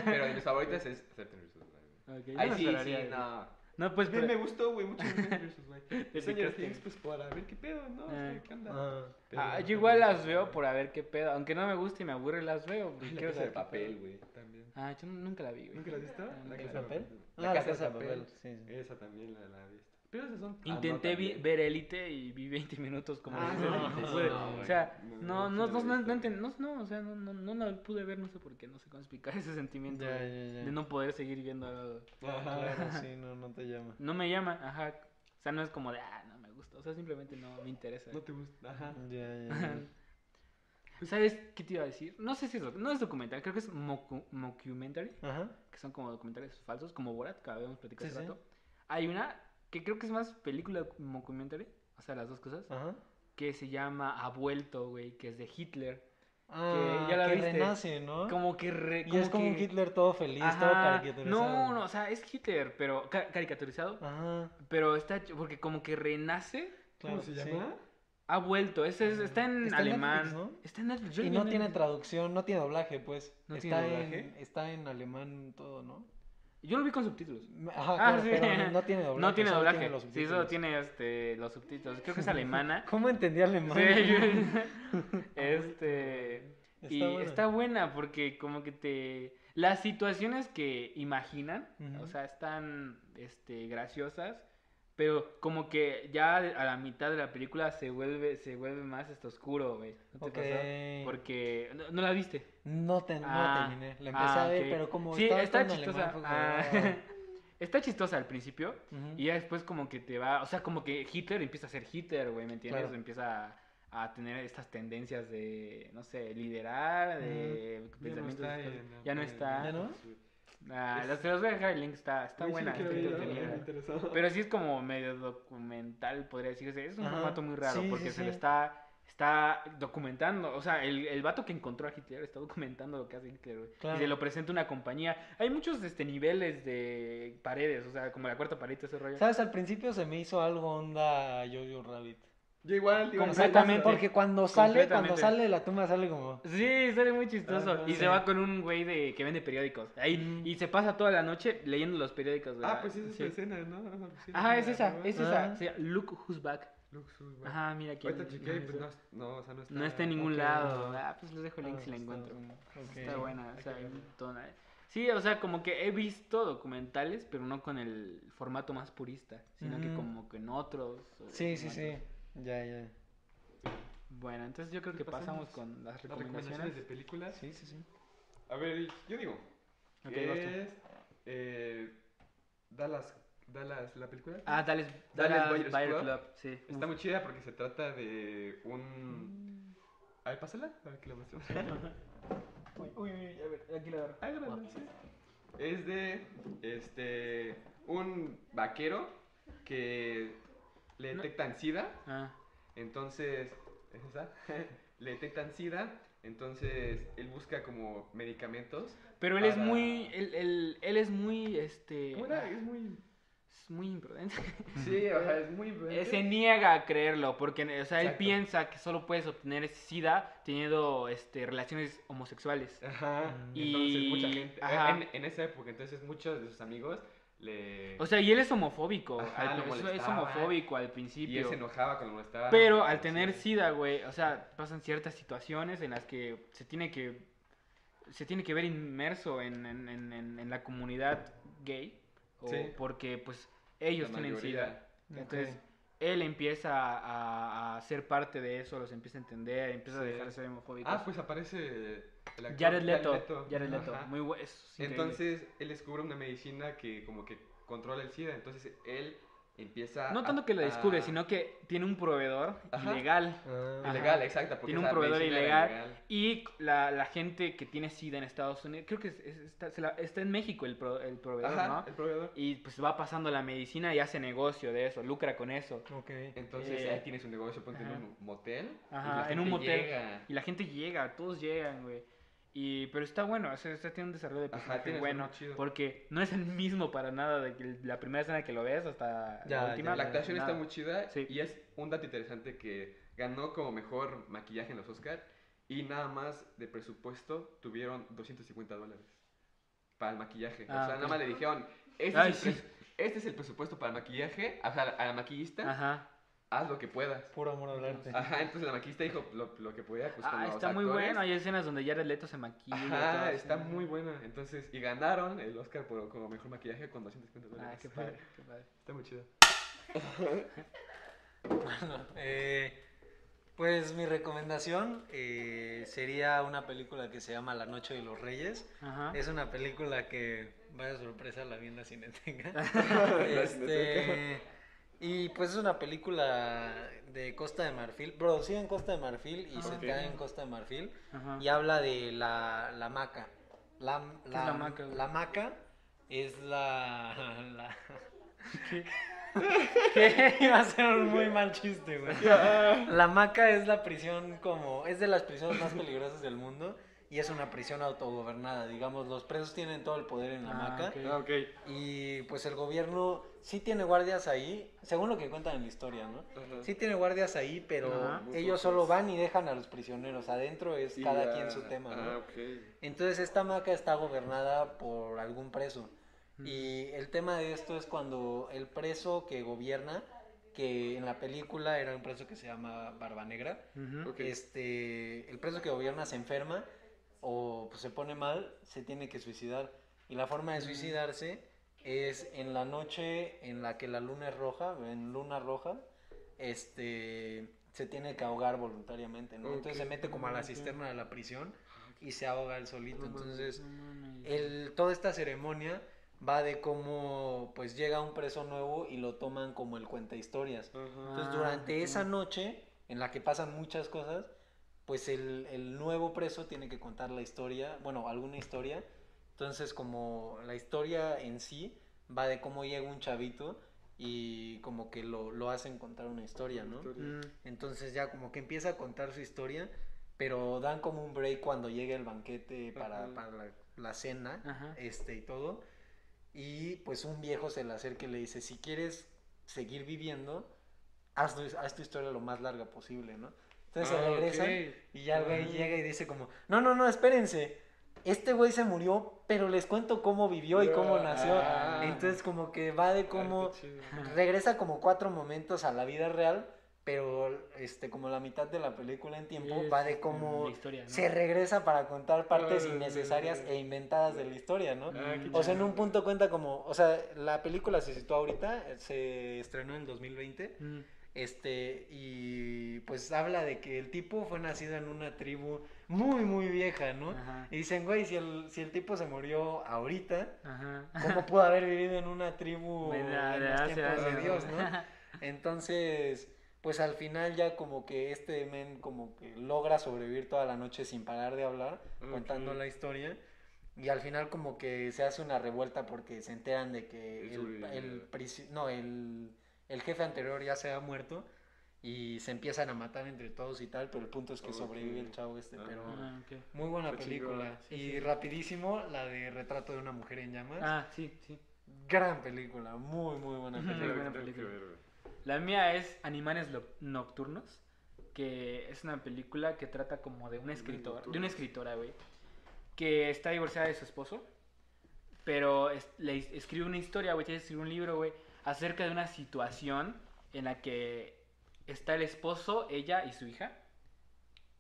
Speaker 4: Pero de mis favoritas es 13 Reasons Why. güey.
Speaker 2: Ok, yo
Speaker 4: Ahí
Speaker 2: no
Speaker 4: sí,
Speaker 2: esperaría
Speaker 4: sí,
Speaker 2: eso.
Speaker 4: no.
Speaker 2: No, pues,
Speaker 4: Me,
Speaker 2: pero-
Speaker 4: me gustó, güey, mucho 13
Speaker 2: <laughs>
Speaker 4: Reasons Why. Stranger
Speaker 2: picaste.
Speaker 4: Things, pues, para ver qué pedo, ¿no? O sea, ¿Qué onda?
Speaker 3: Ah,
Speaker 4: Pero-
Speaker 2: Ah, yo igual las veo por a ver qué pedo. Aunque no me guste y me aburre, las veo. porque
Speaker 4: La
Speaker 2: quiero
Speaker 4: casa
Speaker 2: saber
Speaker 4: de
Speaker 2: qué
Speaker 4: papel,
Speaker 2: pedo.
Speaker 4: güey, también.
Speaker 2: Ah, yo nunca la vi, güey.
Speaker 4: ¿Nunca la has visto?
Speaker 2: ¿La
Speaker 3: ¿El
Speaker 2: Casa de
Speaker 3: papel? Ah,
Speaker 4: La casa de papel.
Speaker 3: sí, sí.
Speaker 4: Esa también la, la he visto. Pero esas son.
Speaker 2: Intenté vi- ver Elite y vi 20 minutos como...
Speaker 4: Ah,
Speaker 2: dices,
Speaker 4: no,
Speaker 2: no
Speaker 4: no,
Speaker 2: pude.
Speaker 4: no,
Speaker 2: o sea,
Speaker 4: güey.
Speaker 2: no,
Speaker 4: No,
Speaker 2: no,
Speaker 4: sí
Speaker 2: no,
Speaker 4: la
Speaker 2: no,
Speaker 4: he visto.
Speaker 2: enten- no, no, o sea, no, no, no la pude ver, no sé por qué, no sé cómo explicar <laughs> ese sentimiento
Speaker 3: Ya,
Speaker 2: de,
Speaker 3: ya, ya.
Speaker 2: de no poder seguir viendo algo.
Speaker 3: Claro, sí, no, no te
Speaker 4: <laughs>
Speaker 3: llama.
Speaker 2: No me llama, ajá. O sea, no es como de, ah, no me gusta. O sea, simplemente no me interesa.
Speaker 4: No te gusta. Ajá.
Speaker 3: Ya, ya, ya.
Speaker 2: ¿Sabes qué te iba a decir? No sé si es, doc- no es documental, creo que es mocu- mockumentary,
Speaker 4: <laughs>
Speaker 3: Ajá.
Speaker 2: que son como documentales falsos, como Borat, que habíamos platicado
Speaker 3: Sí,
Speaker 2: hace
Speaker 3: sí.
Speaker 2: rato. Hay una que creo que es más película mockumentary, o sea, las dos cosas,
Speaker 3: Ajá.
Speaker 2: que se llama Ha vuelto, güey, que es de Hitler.
Speaker 3: Ah,
Speaker 2: ya la
Speaker 3: que
Speaker 2: viste.
Speaker 3: renace, ¿no?
Speaker 2: Como que... re-
Speaker 3: Ah. y es como un
Speaker 2: que-
Speaker 3: Hitler todo feliz, todo
Speaker 2: Ajá.
Speaker 3: caricaturizado. Ah.
Speaker 2: No, no, o sea, es Hitler, pero ca- caricaturizado,
Speaker 3: Ajá,
Speaker 2: pero está... ch- Porque como que renace...
Speaker 3: claro. sí.
Speaker 2: Ha vuelto, ese es- está en
Speaker 3: Está en
Speaker 2: alemán.
Speaker 3: Netflix, ¿no?
Speaker 2: Está en Netflix. yo
Speaker 3: Y
Speaker 2: lo vi
Speaker 3: no
Speaker 2: en
Speaker 3: tiene
Speaker 2: Netflix.
Speaker 3: traducción, no tiene doblaje, pues.
Speaker 2: ¿No
Speaker 3: está,
Speaker 2: tiene
Speaker 3: En,
Speaker 2: doblaje?
Speaker 3: está en alemán todo, ¿no?
Speaker 2: Yo lo vi con subtítulos.
Speaker 3: Ajá,
Speaker 2: Ah,
Speaker 3: claro,
Speaker 2: sí.
Speaker 3: pero no, no tiene
Speaker 2: <laughs>
Speaker 3: doblaje.
Speaker 2: No tiene
Speaker 3: solo
Speaker 2: doblaje.
Speaker 3: los
Speaker 2: sí, solo
Speaker 3: subtítulos.
Speaker 2: tiene este, los subtítulos. Creo que
Speaker 3: <laughs>
Speaker 2: es alemana.
Speaker 3: ¿Cómo entendí alemán? <laughs>
Speaker 2: Sí, yo- <laughs> este. y
Speaker 3: Está buena.
Speaker 2: está buena porque como que te. Las situaciones que imaginan,
Speaker 3: Ujú.
Speaker 2: o sea, están este, graciosas, pero como que ya a la mitad de la película se vuelve, se vuelve más hasta oscuro, güey. ¿No te pasó?
Speaker 3: Ok.
Speaker 2: Porque. No, no la viste.
Speaker 3: No, te, no la
Speaker 2: Ah,
Speaker 3: terminé. La empecé
Speaker 2: ah,
Speaker 3: a ver,
Speaker 2: ok.
Speaker 3: pero como
Speaker 2: Sí,
Speaker 3: estaba
Speaker 2: está
Speaker 3: todo en
Speaker 2: chistosa.
Speaker 3: alemán, fue como,
Speaker 2: Ah, <laughs> está chistosa al principio. <laughs>
Speaker 3: ah, ujú.
Speaker 2: Y ya después como que te va, o sea, como que Hitler empieza a ser Hitler, güey, ¿me entiendes?
Speaker 3: Claro.
Speaker 2: Empieza a, a tener estas tendencias de, no sé, liderar, de pensamientos.
Speaker 4: está
Speaker 2: estos-
Speaker 4: en-
Speaker 2: ya no
Speaker 4: en-
Speaker 2: está.
Speaker 3: ¿Ya no?
Speaker 2: Ah, las- te los voy a dejar el link, está, está
Speaker 4: Güey, sí
Speaker 2: buena,
Speaker 4: la quiero
Speaker 2: está
Speaker 4: ver, la
Speaker 2: entretenida.
Speaker 4: verdad, me interesó.
Speaker 2: Pero sí es como medio documental, podría decirse. Es un
Speaker 3: Ajá.
Speaker 2: formato muy raro
Speaker 3: Sí, sí,
Speaker 2: porque se le
Speaker 3: sí.
Speaker 2: está, está documentando. O sea, el, el vato que encontró a Hitler está documentando lo que hace Hitler, güey.
Speaker 3: Claro.
Speaker 2: Y se lo presenta una compañía. Hay muchos este, niveles de paredes, o sea, como la cuarta pared, todo ese rollo.
Speaker 3: ¿Sabes? Al principio se me hizo algo onda Jojo Rabbit.
Speaker 4: Yo igual, digo,
Speaker 2: Completamente.
Speaker 3: Porque cuando sale, cuando
Speaker 2: Completamente.
Speaker 3: sale la tumba sale como...
Speaker 2: Sí, sale muy chistoso.
Speaker 3: Ajá.
Speaker 2: y
Speaker 3: Sí.
Speaker 2: se va con un güey de, que vende periódicos. Ahí,
Speaker 3: Mm.
Speaker 2: Y se pasa toda la noche leyendo los periódicos, ¿verdad?
Speaker 4: Ah, pues esa es
Speaker 2: Sí.
Speaker 4: la escena, ¿no? pues
Speaker 2: Ajá, es esa, es
Speaker 3: Ah.
Speaker 2: esa. Sí, Look Who's Back.
Speaker 4: Luxus, güey.
Speaker 2: Ajá, mira aquí.
Speaker 4: Ahorita chequeé, pues no, no, o sea, no está.
Speaker 2: No está en ningún
Speaker 3: ok.
Speaker 2: lado. Ah, pues les dejo el
Speaker 3: Ah,
Speaker 2: link si la
Speaker 3: está-
Speaker 2: encuentro.
Speaker 3: ok.
Speaker 2: Está buena, o sea, hay un montón, eh. Sí, o sea, como que he visto documentales, pero no con el formato más purista, sino que
Speaker 3: Ujú.
Speaker 2: como que en otros. o
Speaker 3: Sí,
Speaker 2: en
Speaker 3: sí, sí.
Speaker 2: otros.
Speaker 3: Ya, ya.
Speaker 2: Bueno, entonces yo creo que pasamos con las
Speaker 4: Las recomendaciones de
Speaker 2: recomendaciones.
Speaker 4: películas.
Speaker 3: Sí, sí, sí.
Speaker 4: A ver, yo digo.
Speaker 2: Ok,
Speaker 4: que
Speaker 2: vas tú.
Speaker 4: es. Eh, Dallas. Dallas, la película.
Speaker 2: Ah, Dallas,
Speaker 4: Dallas
Speaker 2: Dallas
Speaker 4: Buyers
Speaker 2: Buyer
Speaker 4: Club.
Speaker 2: Club. sí.
Speaker 4: Está muy chida porque se trata de un.
Speaker 2: Mm.
Speaker 4: A ver, pásala, a ver que la muestro.
Speaker 2: Uy, uy, uy, a ver, aquí la agarro.
Speaker 4: Ah, grande, sí. Es de este un vaquero que le
Speaker 2: No.
Speaker 4: detectan sida,
Speaker 2: Ah,
Speaker 4: entonces ¿es esa? <laughs> le detectan sida, entonces él busca como medicamentos.
Speaker 2: pero él es
Speaker 4: Para-
Speaker 2: muy, él, él, él es muy, este,
Speaker 4: ¿Cómo era? Es muy
Speaker 2: es muy imprudente.
Speaker 4: Sí, o sea, es muy
Speaker 2: Eh, Se niega a creerlo porque, o sea, él
Speaker 4: Exacto.
Speaker 2: piensa que solo puedes obtener sida teniendo, este, relaciones homosexuales.
Speaker 4: Ajá.
Speaker 2: Mm. Y-
Speaker 4: Entonces mucha gente
Speaker 2: ajá.
Speaker 4: en, en esa época, entonces muchos de sus amigos le
Speaker 2: O sea, y él es homofóbico,
Speaker 4: Ajá,
Speaker 2: al-
Speaker 4: lo
Speaker 2: es- es
Speaker 4: molestaba.
Speaker 2: homofóbico al
Speaker 4: y él
Speaker 2: principio.
Speaker 4: se enojaba cuando lo estaba
Speaker 2: Pero al tener SIDA, güey, o sea, pasan ciertas situaciones en las que se tiene que se tiene que ver inmerso en, en- en- en- en la comunidad gay, o
Speaker 4: Sí.
Speaker 2: porque pues ellos
Speaker 4: La
Speaker 2: tienen
Speaker 4: mayoría.
Speaker 2: SIDA. Entonces, él empieza a, a- a ser parte de eso, los empieza a entender, empieza a
Speaker 4: Sí.
Speaker 2: dejar de ser homofóbico.
Speaker 4: Ah, pues aparece el actor
Speaker 2: Jared Leto, Jared
Speaker 4: Ajá.
Speaker 2: Leto, muy bueno. es increíble.
Speaker 4: Entonces él descubre una medicina que como que controla el SIDA, entonces él empieza
Speaker 2: no tanto
Speaker 4: a-
Speaker 2: que lo descubre,
Speaker 4: a-
Speaker 2: sino que tiene un proveedor
Speaker 4: Ajá.
Speaker 2: ilegal.
Speaker 3: Ah,
Speaker 2: Ajá.
Speaker 4: Ilegal, exacto. porque
Speaker 2: Tiene un
Speaker 4: esa
Speaker 2: proveedor
Speaker 4: medicina era
Speaker 2: ilegal. Y la, la gente que tiene SIDA en Estados Unidos, creo que es- es- está, se la- está en México el, pro- el proveedor,
Speaker 4: Ajá,
Speaker 2: ¿no?
Speaker 4: el proveedor.
Speaker 2: Y pues va pasando la medicina y hace negocio de eso, lucra con eso.
Speaker 3: Ok.
Speaker 4: Entonces
Speaker 2: Eh,
Speaker 4: ahí tienes un negocio, ponte
Speaker 2: ajá.
Speaker 4: en un motel. y
Speaker 2: Ajá,
Speaker 4: la
Speaker 2: en un
Speaker 4: gente
Speaker 2: motel.
Speaker 4: llega.
Speaker 2: Y la gente llega, todos llegan, güey. Y, pero está bueno, o sea, está- tiene un desarrollo de
Speaker 4: Ajá,
Speaker 2: personaje
Speaker 4: tiene
Speaker 2: bueno.
Speaker 4: desarrollo chido.
Speaker 2: Porque no es el mismo para nada de que la primera escena que lo ves hasta
Speaker 3: Ya,
Speaker 2: la última.
Speaker 3: ya,
Speaker 4: La actuación
Speaker 2: nada.
Speaker 4: está muy chida
Speaker 2: Sí.
Speaker 4: y es un dato interesante que ganó como mejor maquillaje en los Oscar y nada más de presupuesto tuvieron 250 dólares para el maquillaje.
Speaker 2: Ah,
Speaker 4: o sea,
Speaker 2: ok.
Speaker 4: nada más le dijeron, este,
Speaker 2: Ay,
Speaker 4: es el
Speaker 2: sí.
Speaker 4: pres- este es el presupuesto para el maquillaje, o sea, a la maquillista,
Speaker 2: Ajá.
Speaker 4: haz lo que puedas.
Speaker 3: Puro amor al arte.
Speaker 4: Ajá, entonces la maquillista dijo lo, lo que podía. Pues, con
Speaker 2: Ah,
Speaker 4: los
Speaker 2: está muy
Speaker 4: actores.
Speaker 2: bueno. Hay escenas donde Jared Leto se maquilla. y todo
Speaker 4: Ajá,
Speaker 2: así,
Speaker 4: está
Speaker 2: ¿no?
Speaker 4: muy buena. Entonces, y ganaron el Oscar por, como mejor maquillaje con 250
Speaker 2: Ah,
Speaker 4: dólares.
Speaker 2: qué padre, qué padre.
Speaker 4: <laughs> Está
Speaker 2: <laughs>
Speaker 4: muy chido.
Speaker 3: Eh, pues mi recomendación eh, sería una película que se llama La Noche de los Reyes.
Speaker 2: Ajá.
Speaker 3: Es una película que, vaya sorpresa, la vi en
Speaker 2: <laughs>
Speaker 3: la Cineteca.
Speaker 4: La
Speaker 3: Este, y pues es una película de Costa de Marfil, producida en Costa de Marfil y
Speaker 2: Ah,
Speaker 3: se
Speaker 2: ok.
Speaker 3: cae en Costa de Marfil.
Speaker 2: Ajá.
Speaker 3: Y habla de la, la maca. La,
Speaker 2: ¿Qué es la maca, güey?
Speaker 3: la maca es la...
Speaker 2: <laughs>
Speaker 3: la- <laughs> ¿Qué? Iba a ser un muy mal
Speaker 2: <laughs>
Speaker 3: chiste, güey. La maca es la prisión como... Es de las prisiones más peligrosas del mundo y es una prisión autogobernada. Digamos, los presos tienen todo el poder en la
Speaker 2: Ah,
Speaker 3: maca.
Speaker 2: ok.
Speaker 4: Ah, ok.
Speaker 3: Y pues el gobierno sí tiene guardias ahí, según lo que cuentan en la historia, ¿no?
Speaker 4: Ajá.
Speaker 3: Sí tiene guardias ahí, pero
Speaker 2: Ajá.
Speaker 3: ellos solo van y dejan a los prisioneros. Adentro es
Speaker 4: Y
Speaker 3: cada
Speaker 4: la-
Speaker 3: quien su tema,
Speaker 4: Ah,
Speaker 3: ¿no?
Speaker 4: ok.
Speaker 3: Entonces esta maca está gobernada por algún preso. Y el tema de esto es cuando el preso que gobierna, que en la película era un preso que se llama Barba Negra,
Speaker 2: Ujú.
Speaker 4: Ok.
Speaker 3: este, el preso que gobierna se enferma o pues, se pone mal, se tiene que suicidar. Y la forma de suicidarse es en la noche en la que la luna es roja, en luna roja, este, se tiene que ahogar voluntariamente, ¿no? Entonces se
Speaker 4: Ok.
Speaker 3: mete como a la
Speaker 2: Ok. Ah,
Speaker 3: cisterna de la prisión y se ahoga él solito.
Speaker 2: No mames,
Speaker 3: Entonces,
Speaker 2: no mames.
Speaker 3: el, toda esta ceremonia va de cómo pues llega un preso nuevo y lo toman como el cuenta historias.
Speaker 4: Ajá.
Speaker 3: Entonces,
Speaker 2: Ah,
Speaker 3: durante
Speaker 2: ok.
Speaker 3: esa noche, en la que pasan muchas cosas, pues el, el nuevo preso tiene que contar la historia, bueno, alguna historia. Entonces, como la historia en sí va de cómo llega un chavito y como que lo, lo hacen contar una historia, ¿no?
Speaker 2: Mm.
Speaker 3: Entonces ya como que empieza a contar su historia, pero dan como un break cuando llega el banquete para,
Speaker 4: Ajá.
Speaker 3: para la, la cena
Speaker 2: Ajá.
Speaker 3: este y todo. Y pues un viejo se le acerca y le dice, si quieres seguir viviendo, haz, tu- haz tu historia lo más larga posible, ¿no? Entonces se
Speaker 4: Ah,
Speaker 3: regresan
Speaker 4: ok. Ah,
Speaker 3: y ya el güey
Speaker 4: Ajá.
Speaker 3: llega y dice como, no, no, no, espérense, este güey se murió, pero les cuento cómo vivió y cómo nació.
Speaker 4: Ah.
Speaker 3: Entonces como que va de
Speaker 4: Ah,
Speaker 3: cómo
Speaker 4: está chido.
Speaker 3: regresa como cuatro momentos a la vida real, pero este como la mitad de la película en tiempo
Speaker 2: Es,
Speaker 3: va de
Speaker 2: mm,
Speaker 3: cómo
Speaker 2: la historia, ¿no?
Speaker 3: se regresa para contar partes
Speaker 4: Ah,
Speaker 3: innecesarias
Speaker 4: sí.
Speaker 3: e inventadas de la historia, ¿no?
Speaker 4: Ah, qué
Speaker 3: Mm, O sea, en
Speaker 4: chido.
Speaker 3: un punto cuenta como, o sea, la película se situó ahorita, eh, se estrenó en el 2020,
Speaker 2: Mm.
Speaker 3: este, y pues habla de que el tipo fue nacido en una tribu muy, muy vieja, ¿no?
Speaker 2: Ajá.
Speaker 3: Y dicen, güey, si el, si el tipo se murió ahorita,
Speaker 2: Ajá.
Speaker 3: ¿cómo pudo haber vivido en una
Speaker 2: <laughs>
Speaker 3: tribu
Speaker 2: De- de- de
Speaker 3: en los
Speaker 2: hace
Speaker 3: tiempos de
Speaker 2: años,
Speaker 3: Dios,
Speaker 2: ¿no?
Speaker 3: no? Entonces, pues al final ya como que este men como que logra sobrevivir toda la noche sin parar de hablar, contando
Speaker 4: Ok.
Speaker 3: la historia. Y al final como que se hace una revuelta porque se enteran de que
Speaker 4: El
Speaker 3: el,
Speaker 4: sobreviviente.
Speaker 3: el prisi- no, el, el jefe anterior ya se ha muerto y se empiezan a matar entre todos y tal, pero el punto es que
Speaker 4: Ok.
Speaker 3: sobrevive el chavo este, pero...
Speaker 2: <laughs> Ah, ok.
Speaker 3: Muy buena
Speaker 4: Qué chingón.
Speaker 3: película.
Speaker 2: Sí,
Speaker 3: y
Speaker 2: sí.
Speaker 3: rapidísimo, la de Retrato de una mujer en llamas.
Speaker 2: Ah, sí, sí.
Speaker 3: Gran película, muy muy buena
Speaker 2: Ujú.
Speaker 3: película.
Speaker 4: Tengo
Speaker 2: buena
Speaker 4: que- tengo que
Speaker 2: película.
Speaker 4: ver, güey.
Speaker 2: La mía es Animales Lo- Nocturnos, que es una película que trata como de un escritor, de una
Speaker 4: nocturnos.
Speaker 2: escritora, güey, que está divorciada de su esposo, pero es- le es- escribe una historia, güey, tiene que escribir un libro, güey, acerca de una situación en la que está el esposo, ella y su hija.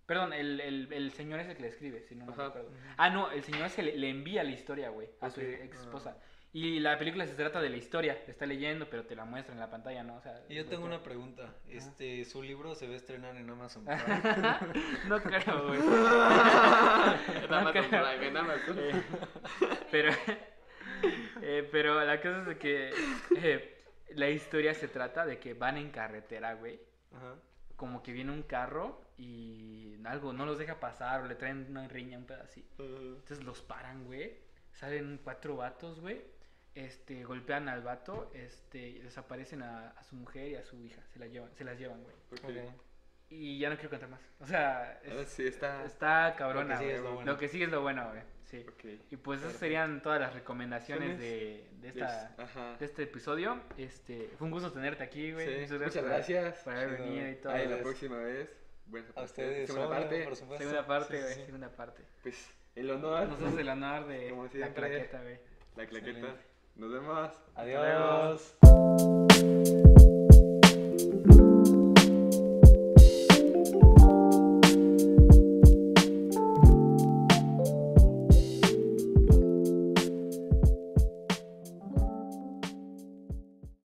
Speaker 2: Perdón, el, el- el señor es el que le escribe, si no me
Speaker 4: Ajá.
Speaker 2: acuerdo. Ah, no, el señor es el que le, le envía la historia, güey, a su
Speaker 4: Ok.
Speaker 2: ex esposa. Y la película se trata de la historia, te está leyendo, pero te la muestra en la pantalla, ¿no? O sea,
Speaker 3: Y yo tengo
Speaker 2: porque-
Speaker 3: una pregunta. Este, su libro se va a estrenar en
Speaker 2: <laughs>
Speaker 3: Amazon Prime.
Speaker 2: No creo,
Speaker 3: <laughs>
Speaker 2: güey.
Speaker 5: En Amazon
Speaker 2: creo.
Speaker 5: Prime, en Amazon.
Speaker 3: Eh,
Speaker 2: Pero, <laughs> eh, pero la cosa es de que eh, la historia se trata de que van en carretera, güey.
Speaker 3: Ajá.
Speaker 2: Como que viene un carro y algo no los deja pasar o le traen una riña, un pedacito. Entonces los paran, güey. Salen cuatro vatos, güey. Este, golpean al vato, este, y desaparecen a, a su mujer y a su hija. Se, la llevan, se las llevan, güey.
Speaker 5: Ok.
Speaker 3: Ok.
Speaker 2: Y ya no quiero contar más. O sea, es-
Speaker 4: Ah, sí, está.
Speaker 2: está cabrona,
Speaker 3: Lo que sigue
Speaker 2: güey.
Speaker 3: es lo bueno.
Speaker 2: Lo que sigue es lo bueno, güey. Sí.
Speaker 4: Ok.
Speaker 2: Y pues esas serían todas las recomendaciones de, de esta,
Speaker 4: Es- Ajá.
Speaker 2: de este episodio. Este, fue un gusto tenerte aquí, güey.
Speaker 4: Sí,
Speaker 2: Muchas gracias.
Speaker 4: Muchas
Speaker 2: por-
Speaker 4: gracias.
Speaker 2: Por haber
Speaker 3: Chido.
Speaker 2: venido y todo.
Speaker 4: Ahí la
Speaker 3: Gracias.
Speaker 4: próxima vez. Bueno,
Speaker 3: A ustedes.
Speaker 4: Segunda
Speaker 3: hola,
Speaker 4: parte.
Speaker 3: por supuesto.
Speaker 2: Segunda parte,
Speaker 3: Pues, Sí, sí,
Speaker 2: güey.
Speaker 3: sí.
Speaker 2: Segunda parte.
Speaker 4: Pues el honor.
Speaker 2: Nos
Speaker 4: <laughs>
Speaker 2: haces el honor de
Speaker 4: Como
Speaker 2: la
Speaker 4: siempre.
Speaker 2: claqueta, güey.
Speaker 4: La claqueta.
Speaker 3: Excelente.
Speaker 4: Nos vemos.
Speaker 3: Adiós.